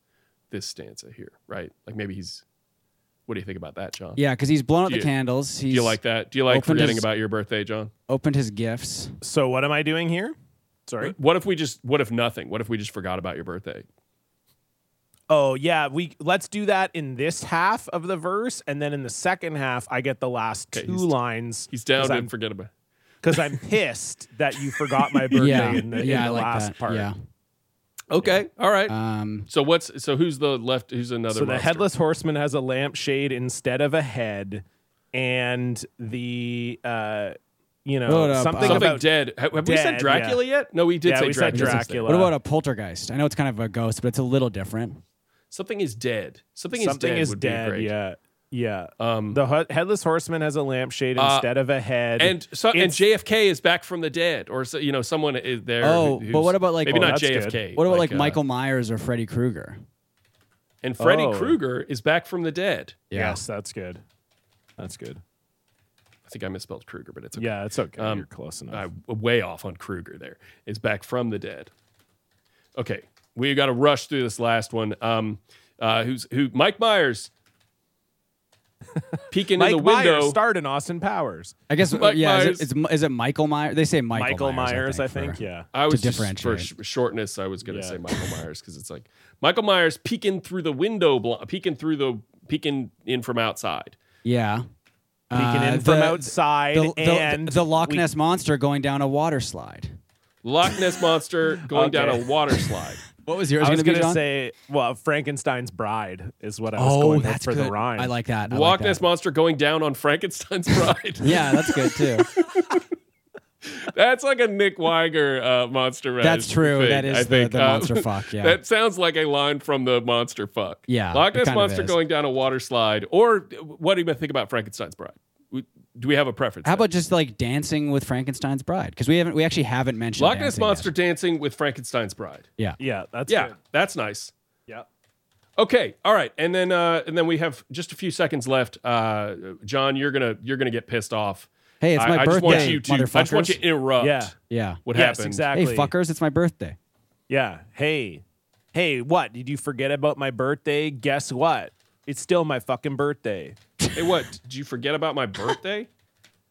[SPEAKER 2] this stanza here, right? Like maybe he's. What do you think about that, John?
[SPEAKER 4] Yeah, because he's blown out
[SPEAKER 2] Do
[SPEAKER 4] the
[SPEAKER 2] you-
[SPEAKER 4] candles. He's
[SPEAKER 2] Do you like that? Do you like
[SPEAKER 4] Opened
[SPEAKER 2] forgetting
[SPEAKER 4] his-
[SPEAKER 2] about your birthday, John?
[SPEAKER 4] opened his gifts.
[SPEAKER 3] So what am I doing here? Sorry.
[SPEAKER 2] What if we just what if nothing? What if we just forgot about your birthday?
[SPEAKER 3] Oh yeah, we let's do that in this half of the verse, and then in the second half, I get the last
[SPEAKER 2] Okay,
[SPEAKER 3] two
[SPEAKER 2] he's-
[SPEAKER 3] lines.
[SPEAKER 2] He's down
[SPEAKER 3] because
[SPEAKER 2] to
[SPEAKER 3] I'm,
[SPEAKER 2] forget about.
[SPEAKER 3] because I'm pissed that you forgot my birthday
[SPEAKER 4] Yeah.
[SPEAKER 3] in the, in
[SPEAKER 4] yeah, I
[SPEAKER 3] the
[SPEAKER 4] like
[SPEAKER 3] last
[SPEAKER 4] that.
[SPEAKER 3] part.
[SPEAKER 4] Yeah.
[SPEAKER 2] Okay, all right.
[SPEAKER 4] Um,
[SPEAKER 2] so what's so who's the left? Who's another?
[SPEAKER 3] So the
[SPEAKER 2] monster?
[SPEAKER 3] headless horseman has a lampshade instead of a head, and the uh, you know
[SPEAKER 4] What up,
[SPEAKER 3] something
[SPEAKER 2] something
[SPEAKER 3] about
[SPEAKER 2] dead. Have, have we said
[SPEAKER 3] Dead,
[SPEAKER 2] Dracula yet? No, we did
[SPEAKER 3] Yeah,
[SPEAKER 2] say
[SPEAKER 3] we said
[SPEAKER 2] Dracula.
[SPEAKER 3] Dracula.
[SPEAKER 4] what about a poltergeist? I know it's kind of a ghost, but it's a little different.
[SPEAKER 2] Something is dead. Something,
[SPEAKER 3] something
[SPEAKER 2] is dead.
[SPEAKER 3] is
[SPEAKER 2] would
[SPEAKER 3] dead.
[SPEAKER 2] Be great.
[SPEAKER 3] Yeah, yeah.
[SPEAKER 2] Um,
[SPEAKER 3] the ho- headless horseman has a lampshade
[SPEAKER 2] Uh,
[SPEAKER 3] instead of a head,
[SPEAKER 2] and so and
[SPEAKER 3] It's-
[SPEAKER 2] JFK is back from the dead, or so, you know someone is there. who-
[SPEAKER 4] Oh, but
[SPEAKER 2] who's-
[SPEAKER 4] what about, like-
[SPEAKER 2] maybe
[SPEAKER 4] Oh,
[SPEAKER 2] not
[SPEAKER 3] that's good.
[SPEAKER 2] JFK?
[SPEAKER 4] What about like,
[SPEAKER 2] uh,
[SPEAKER 4] Michael Myers or Freddy Krueger?
[SPEAKER 2] and Freddy
[SPEAKER 3] Oh.
[SPEAKER 2] Krueger is back from the dead?
[SPEAKER 3] yes, that's good. That's good.
[SPEAKER 2] I think I misspelled Krueger, but it's okay.
[SPEAKER 3] Yeah, it's okay.
[SPEAKER 2] Um,
[SPEAKER 3] You're close enough.
[SPEAKER 2] uh, way off on Kruger there is back from the dead. Okay, we got to rush through this last one. Um, uh, who's who? Mike Myers peeking
[SPEAKER 3] Mike
[SPEAKER 2] in the window.
[SPEAKER 3] Myers starred in Austin Powers.
[SPEAKER 4] I guess.
[SPEAKER 2] Mike
[SPEAKER 4] yeah. Is
[SPEAKER 2] Myers.
[SPEAKER 4] it, it's, is it Michael Myers? They say Michael,
[SPEAKER 3] Michael Myers, I think.
[SPEAKER 4] for-
[SPEAKER 3] yeah,
[SPEAKER 2] I was just for
[SPEAKER 4] differentiate.
[SPEAKER 2] sh- shortness. I was gonna
[SPEAKER 3] Yeah.
[SPEAKER 2] say Michael Myers because it's like Michael Myers peeking through the window, blo- peeking through the peeking in from outside.
[SPEAKER 4] Yeah.
[SPEAKER 3] peeking
[SPEAKER 4] Uh,
[SPEAKER 3] in from
[SPEAKER 4] the-
[SPEAKER 3] outside,
[SPEAKER 4] The, the,
[SPEAKER 3] and
[SPEAKER 4] the Loch Ness monster going down a water slide.
[SPEAKER 2] Loch Ness monster going down a
[SPEAKER 3] Okay.
[SPEAKER 2] water slide.
[SPEAKER 4] What was yours
[SPEAKER 3] I
[SPEAKER 4] going
[SPEAKER 3] was
[SPEAKER 4] to be,
[SPEAKER 3] gonna
[SPEAKER 4] John?
[SPEAKER 3] say, well, Frankenstein's Bride is what I was
[SPEAKER 4] oh,
[SPEAKER 3] going with
[SPEAKER 4] that's
[SPEAKER 3] for
[SPEAKER 4] good.
[SPEAKER 3] the rhyme.
[SPEAKER 4] I like that. I
[SPEAKER 2] Loch
[SPEAKER 4] like that.
[SPEAKER 2] Ness monster going down on Frankenstein's bride.
[SPEAKER 4] Yeah, that's good too.
[SPEAKER 2] That's like a Nick Weiger uh, monster rap.
[SPEAKER 4] That's true.
[SPEAKER 2] Thing,
[SPEAKER 4] That is
[SPEAKER 2] I
[SPEAKER 4] the-
[SPEAKER 2] think. Uh,
[SPEAKER 4] the monster fuck, yeah.
[SPEAKER 2] that sounds like a line from the monster fuck.
[SPEAKER 4] Yeah,
[SPEAKER 2] Loch
[SPEAKER 4] it
[SPEAKER 2] Ness
[SPEAKER 4] kind of
[SPEAKER 2] monster
[SPEAKER 4] is.
[SPEAKER 2] going down a water slide. Or what do you think about Frankenstein's Bride? We, do we have a preference?
[SPEAKER 4] How
[SPEAKER 2] there?
[SPEAKER 4] about just like dancing with Frankenstein's bride? Because we haven't, we actually haven't mentioned
[SPEAKER 2] Loch Ness
[SPEAKER 4] dancing yet.
[SPEAKER 2] monster dancing with Frankenstein's Bride?
[SPEAKER 3] yeah, that's
[SPEAKER 2] Yeah,
[SPEAKER 3] good.
[SPEAKER 2] that's nice.
[SPEAKER 3] yeah.
[SPEAKER 2] Okay, all right, and then uh, and then we have just a few seconds left. Uh, John, you're gonna you're gonna get pissed off.
[SPEAKER 4] Hey, it's my
[SPEAKER 2] I, I just want
[SPEAKER 4] birthday,
[SPEAKER 2] you to I just want you
[SPEAKER 4] motherfuckers.
[SPEAKER 2] to interrupt.
[SPEAKER 3] Yeah.
[SPEAKER 4] Yeah.
[SPEAKER 2] What
[SPEAKER 3] yes,
[SPEAKER 2] happened?
[SPEAKER 3] exactly.
[SPEAKER 4] Hey, fuckers, it's my birthday.
[SPEAKER 3] Yeah. Hey, hey, what? Did you forget about my birthday? Guess what? It's still my fucking birthday.
[SPEAKER 2] Hey, what? Did you forget about my birthday?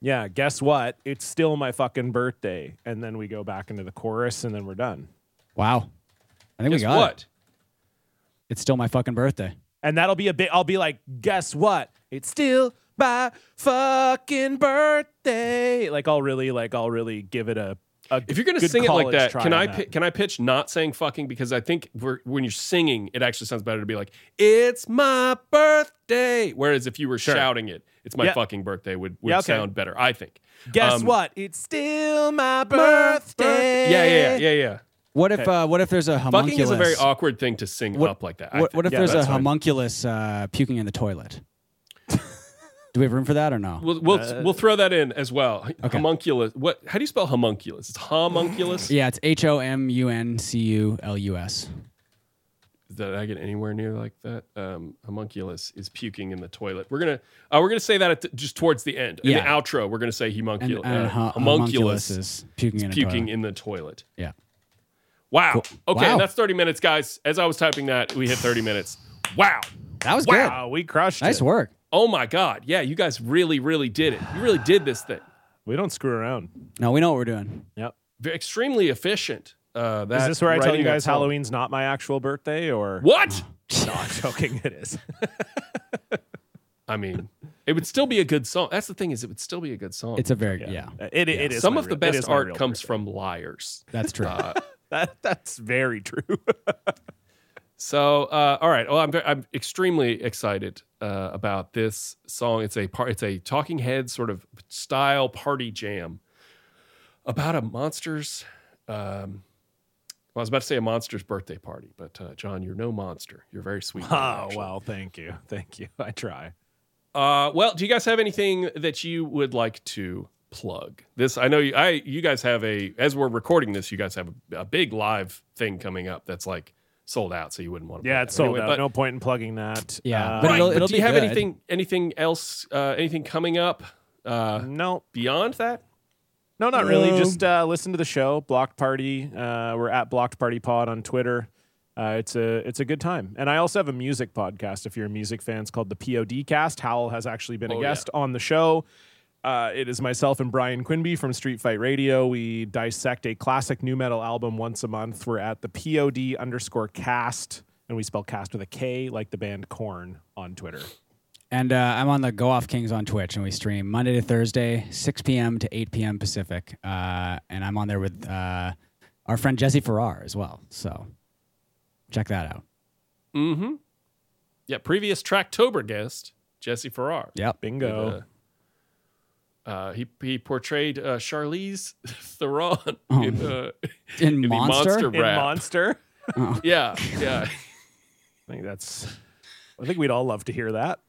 [SPEAKER 3] Yeah, guess what? It's still my fucking birthday. And then we go back into the chorus and then we're done.
[SPEAKER 4] Wow. I think
[SPEAKER 2] Guess
[SPEAKER 4] we got
[SPEAKER 2] what?
[SPEAKER 4] it. It's still my fucking birthday.
[SPEAKER 3] And that'll be a bit, I'll be like, guess what? It's still my fucking birthday. Like, I'll really, like, I'll really give it a. a
[SPEAKER 2] If you're gonna
[SPEAKER 3] good
[SPEAKER 2] sing it like
[SPEAKER 3] college
[SPEAKER 2] that,
[SPEAKER 3] try
[SPEAKER 2] can
[SPEAKER 3] on
[SPEAKER 2] I
[SPEAKER 3] that.
[SPEAKER 2] pi- can I pitch not saying fucking because I think we're, when you're singing, it actually sounds better to be like it's my birthday. Whereas if you were shouting it, it's my
[SPEAKER 3] Yeah.
[SPEAKER 2] fucking birthday would would
[SPEAKER 3] Yeah, okay.
[SPEAKER 2] sound better. I think.
[SPEAKER 3] Guess
[SPEAKER 2] Um,
[SPEAKER 3] what? It's still my
[SPEAKER 2] Yeah,
[SPEAKER 3] birthday.
[SPEAKER 2] yeah, yeah, yeah, yeah.
[SPEAKER 4] What if uh, what if there's a homunculus?
[SPEAKER 2] Fucking is a very awkward thing to sing
[SPEAKER 4] What-
[SPEAKER 2] up like that. I
[SPEAKER 4] What,
[SPEAKER 2] think.
[SPEAKER 4] what if
[SPEAKER 3] Yeah,
[SPEAKER 4] there's a
[SPEAKER 3] that's fine.
[SPEAKER 4] homunculus uh, puking in the toilet? Do we have room for that or no?
[SPEAKER 2] We'll we'll,
[SPEAKER 3] Uh,
[SPEAKER 2] we'll throw that in as well.
[SPEAKER 4] Okay.
[SPEAKER 2] Homunculus. What? How do you spell homunculus? It's homunculus.
[SPEAKER 4] yeah, it's H O M U N C U L U S.
[SPEAKER 2] Did I get anywhere near like that? Um, homunculus is puking in the toilet. We're gonna uh, we're gonna say that at the, just towards the end in the
[SPEAKER 4] Yeah.
[SPEAKER 2] outro. We're gonna say homuncul-
[SPEAKER 4] And, and
[SPEAKER 2] uh,
[SPEAKER 4] ho-
[SPEAKER 2] homunculus,
[SPEAKER 4] homunculus is puking in a
[SPEAKER 2] puking
[SPEAKER 4] toilet.
[SPEAKER 2] in the toilet.
[SPEAKER 4] yeah.
[SPEAKER 2] Wow. Okay,
[SPEAKER 4] Wow.
[SPEAKER 2] that's thirty minutes, guys. As I was typing that, we hit thirty minutes. Wow.
[SPEAKER 4] That was
[SPEAKER 3] Wow, we crushed
[SPEAKER 4] good. Nice
[SPEAKER 3] it.
[SPEAKER 4] work.
[SPEAKER 2] Oh my God. Yeah, you guys really, really did it. You really did this thing.
[SPEAKER 3] We don't screw around.
[SPEAKER 4] No, we know what we're doing.
[SPEAKER 3] Yep.
[SPEAKER 2] Ve- Extremely efficient. Uh, that
[SPEAKER 3] Is this where I tell
[SPEAKER 2] writing
[SPEAKER 3] you guys
[SPEAKER 2] that song.
[SPEAKER 3] Halloween's not my actual birthday or
[SPEAKER 2] What?
[SPEAKER 3] not joking it is.
[SPEAKER 2] I mean, it would still be a good song. That's the thing is, it would still be a good song.
[SPEAKER 4] It's a very yeah.
[SPEAKER 3] It, it is
[SPEAKER 2] Some
[SPEAKER 3] my
[SPEAKER 2] of the
[SPEAKER 3] real- it
[SPEAKER 2] best
[SPEAKER 3] is my
[SPEAKER 2] art
[SPEAKER 3] real
[SPEAKER 2] comes
[SPEAKER 3] birthday.
[SPEAKER 2] from liars.
[SPEAKER 4] that's true.
[SPEAKER 3] that that's very true.
[SPEAKER 2] So, uh, all right. Well, I'm I'm extremely excited uh, about this song. It's a par- it's a Talking Heads sort of style party jam about a monster's. Um, well, I was about to say a monster's birthday party, but uh, John, you're no monster. You're very sweet.
[SPEAKER 3] oh
[SPEAKER 2] actually.
[SPEAKER 3] well, thank you. Thank you. I try.
[SPEAKER 2] Uh, well, do you guys have anything that you would like to plug? This I know you. I you guys have a as we're recording this, you guys have a, a big live thing coming up that's like sold out, so you wouldn't want to.
[SPEAKER 3] Yeah, it's sold out.
[SPEAKER 2] But,
[SPEAKER 3] no point in plugging that.
[SPEAKER 4] Yeah,
[SPEAKER 3] Uh,
[SPEAKER 4] but
[SPEAKER 2] right,
[SPEAKER 4] it'll-
[SPEAKER 2] but
[SPEAKER 4] it'll
[SPEAKER 2] do
[SPEAKER 4] be
[SPEAKER 2] you have
[SPEAKER 4] good.
[SPEAKER 2] anything anything else? Uh, anything coming up uh,
[SPEAKER 3] no,
[SPEAKER 2] beyond that?
[SPEAKER 3] no, not really.
[SPEAKER 4] No.
[SPEAKER 3] Just uh, listen to the show, Blocked Party. Uh, we're at Blocked Party Pod on Twitter. Uh, it's a it's a good time, and I also have a music podcast. If you're a music fan, it's called the POD Cast. Howell has actually been
[SPEAKER 2] Oh,
[SPEAKER 3] a
[SPEAKER 2] yeah.
[SPEAKER 3] guest on the show. Uh, it is myself and Brian Quinby from Street Fight Radio. We dissect a classic new metal album once a month. We're at the POD underscore cast, and we spell cast with a K, like the band Corn on Twitter.
[SPEAKER 4] And uh, I'm on the Go Off Kings on Twitch, and we stream Monday to Thursday, 6 p.m. to 8 p.m. Pacific. Uh, and I'm on there with uh, our friend Jesse Farrar as well. So check that out.
[SPEAKER 2] Mm-hmm. Yeah, previous Tracktober guest Jesse Farrar.
[SPEAKER 4] Yep.
[SPEAKER 3] Bingo.
[SPEAKER 2] Uh, uh, he he portrayed uh, Charlize Theron
[SPEAKER 3] Oh.
[SPEAKER 2] in, uh,
[SPEAKER 4] In,
[SPEAKER 2] in
[SPEAKER 4] Monster.
[SPEAKER 2] the Monster
[SPEAKER 3] in
[SPEAKER 2] Rap.
[SPEAKER 3] Monster.
[SPEAKER 2] yeah, yeah.
[SPEAKER 3] I think that's. I think we'd all love to hear that.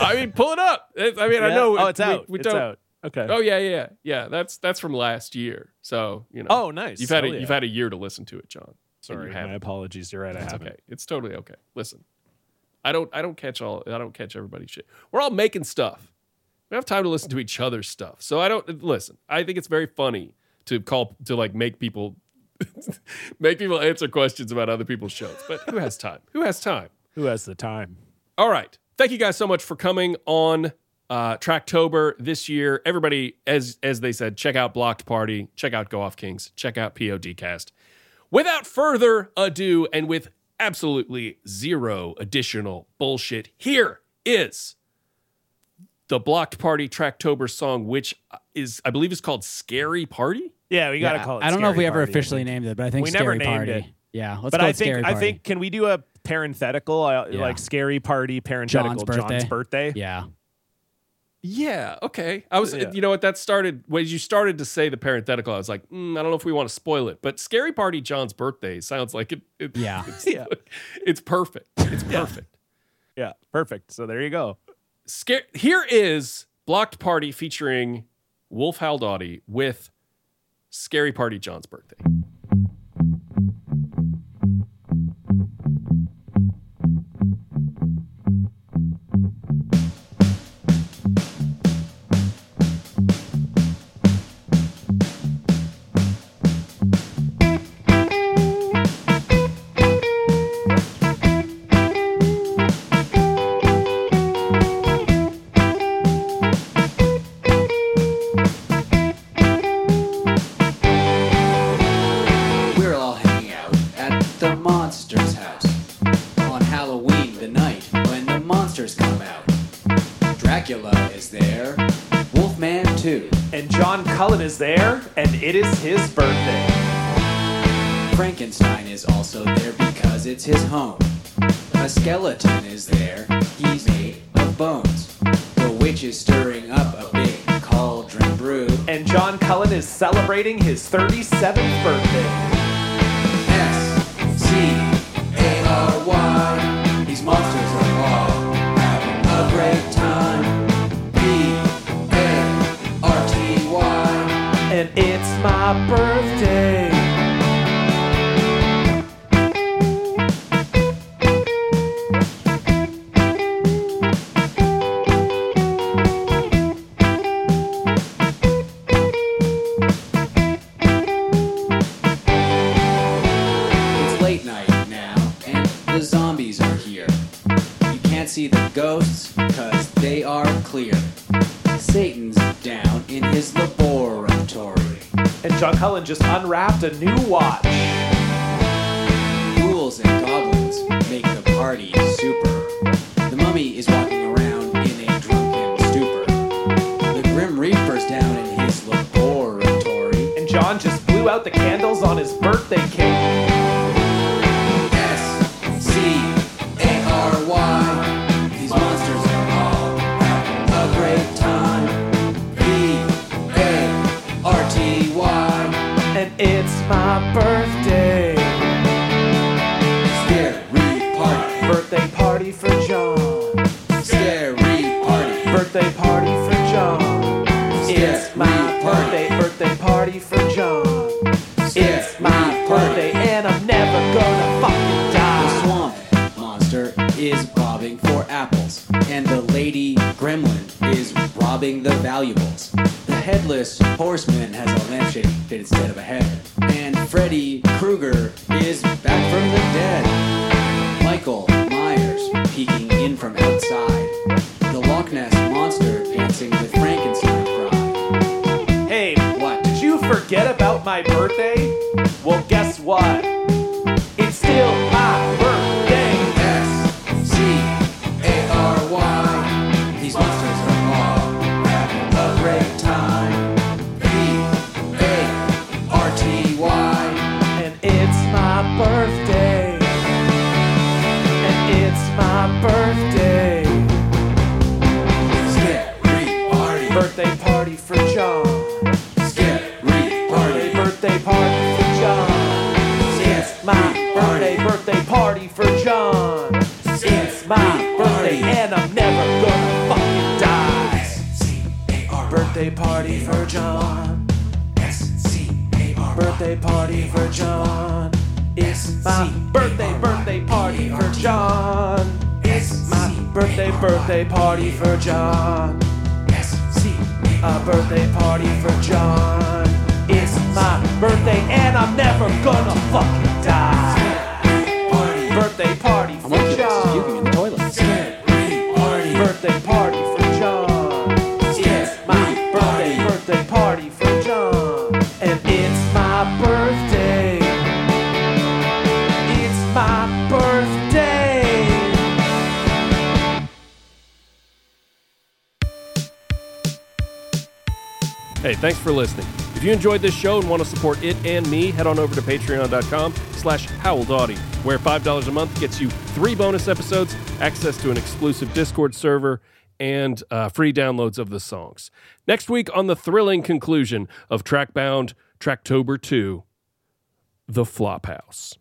[SPEAKER 2] I mean, pull it up. It's- I mean, I know.
[SPEAKER 3] Oh,
[SPEAKER 2] it-
[SPEAKER 3] it's out.
[SPEAKER 2] We, we
[SPEAKER 3] it's
[SPEAKER 2] don't.
[SPEAKER 3] out. Okay.
[SPEAKER 2] Oh yeah, yeah, yeah. That's that's from last year. So you know.
[SPEAKER 3] Oh, nice.
[SPEAKER 2] You've had a,
[SPEAKER 3] Hell yeah.
[SPEAKER 2] you've had a year to listen to it, John. And
[SPEAKER 3] Sorry,
[SPEAKER 2] you
[SPEAKER 3] my
[SPEAKER 2] haven't.
[SPEAKER 3] apologies. You're right. I
[SPEAKER 2] It's
[SPEAKER 3] haven't.
[SPEAKER 2] okay. It's totally okay. Listen, I don't I don't catch all I don't catch everybody's shit. We're all making stuff. We don't have time to listen to each other's stuff. So I don't listen. I think it's very funny to call to like make people make people answer questions about other people's shows. But who has time? Who has time?
[SPEAKER 3] Who has the time?
[SPEAKER 2] All right. Thank you guys so much for coming on uh Tracktober this year. Everybody, as as they said, check out Blocked Party, check out Go Off Kings, check out PODcast. Without further ado, and with absolutely zero additional bullshit, here is the Blocked Party Tracktober song, which is I believe is called Scary Party.
[SPEAKER 3] Yeah, we gotta
[SPEAKER 4] Yeah,
[SPEAKER 3] call it.
[SPEAKER 4] I don't know if
[SPEAKER 3] Scary
[SPEAKER 4] we ever
[SPEAKER 3] Party, I
[SPEAKER 4] officially
[SPEAKER 3] think.
[SPEAKER 4] named it, but I think
[SPEAKER 3] We
[SPEAKER 4] Scary
[SPEAKER 3] never named
[SPEAKER 4] Party.
[SPEAKER 3] it.
[SPEAKER 4] Yeah. Let's
[SPEAKER 3] But
[SPEAKER 4] call
[SPEAKER 3] I
[SPEAKER 4] it Scary
[SPEAKER 3] think I
[SPEAKER 4] Party.
[SPEAKER 3] think can we do a parenthetical uh,
[SPEAKER 4] Yeah.
[SPEAKER 3] like scary party
[SPEAKER 4] John's
[SPEAKER 3] parenthetical
[SPEAKER 4] birthday.
[SPEAKER 3] birthday?
[SPEAKER 4] Yeah.
[SPEAKER 2] Yeah, okay. I was,
[SPEAKER 3] Yeah.
[SPEAKER 2] you know what? That started when you started to say the parenthetical. I was like, mm, I don't know if we want to spoil it, but "Scary Party John's birthday" sounds like it. it
[SPEAKER 4] Yeah.
[SPEAKER 2] it's,
[SPEAKER 3] Yeah.
[SPEAKER 2] it's perfect. It's perfect.
[SPEAKER 3] Yeah, perfect. So there you go.
[SPEAKER 2] Scar- Here is "Blocked Party" featuring Wolf Hal Dottie with "Scary Party John's birthday."
[SPEAKER 5] We're all hanging out at the monster's house on Halloween, the night when the monsters come out. Dracula is there, Wolfman too.
[SPEAKER 3] And John Cullen is there, and it is his birthday.
[SPEAKER 5] Frankenstein is also there because it's his home. A skeleton is there, he's made of bones. The witch is stirring up a big cauldron brew.
[SPEAKER 3] And John Cullen is celebrating his 37th birthday.
[SPEAKER 4] C-A-R-Y. These monsters are all having a great time. B-A-R-T-Y.
[SPEAKER 3] and it's my birthday.
[SPEAKER 4] It's late night now, and the zombies are here. You can't see the ghosts, cause they are clear. Satan's down in his laboratory.
[SPEAKER 3] And John Cullen just unwrapped a new watch.
[SPEAKER 4] Ghouls and goblins make the party super. The mummy is walking around in a drunken stupor. The Grim Reaper's down in his laboratory.
[SPEAKER 3] And John just blew out the candles on his birthday cake.
[SPEAKER 4] S C A R Y. These monsters are all having a great time. B A R T Y.
[SPEAKER 3] And it's my birthday.
[SPEAKER 4] Scary party.
[SPEAKER 3] Birthday party for John.
[SPEAKER 4] Scary party.
[SPEAKER 3] Birthday party for John. It's my
[SPEAKER 4] Scary
[SPEAKER 3] birthday,
[SPEAKER 4] party.
[SPEAKER 3] birthday party for John. It's my
[SPEAKER 4] Scary
[SPEAKER 3] birthday, and I'm never gonna fucking
[SPEAKER 4] The
[SPEAKER 3] die.
[SPEAKER 4] swamp monster is bobbing for apples, and the lady gremlin is robbing the valuables. The headless horseman has a lampshade instead of a head, and Freddy Krueger is back from the dead. Michael Myers peeking in from outside. The Loch Ness monster dancing with Frankenstein pride.
[SPEAKER 3] Hey,
[SPEAKER 4] What?
[SPEAKER 3] did you forget about my birthday? Well, guess what? It's still my birthday.
[SPEAKER 4] S C A R Y. These monsters are all having a great time. B A R T Y.
[SPEAKER 3] And it's my birthday. And it's my birthday.
[SPEAKER 4] Scary party.
[SPEAKER 3] Birthday party for John.
[SPEAKER 4] Scary
[SPEAKER 3] Birthday,
[SPEAKER 4] party.
[SPEAKER 3] birthday party for John. It's my birthday, birthday party for John. It's my birthday, and I'm never gonna fucking die. Birthday party for John. Birthday party for John. It's my birthday, birthday party for John. It's my birthday, birthday party for John. A birthday party for John. It's my birthday, and I'm never gonna fucking die. Birthday party for John. Birthday party for John. It's my birthday, birthday party for John. And it's my birthday. It's my birthday.
[SPEAKER 2] Hey, thanks for listening. If you enjoyed this show and want to support it and me, head on over to patreon.com slash howldaughty, where $5 a month gets you three bonus episodes, access to an exclusive Discord server, and uh, free downloads of the songs. Next week, on the thrilling conclusion of Trackbound Tracktober 2, The Flophouse.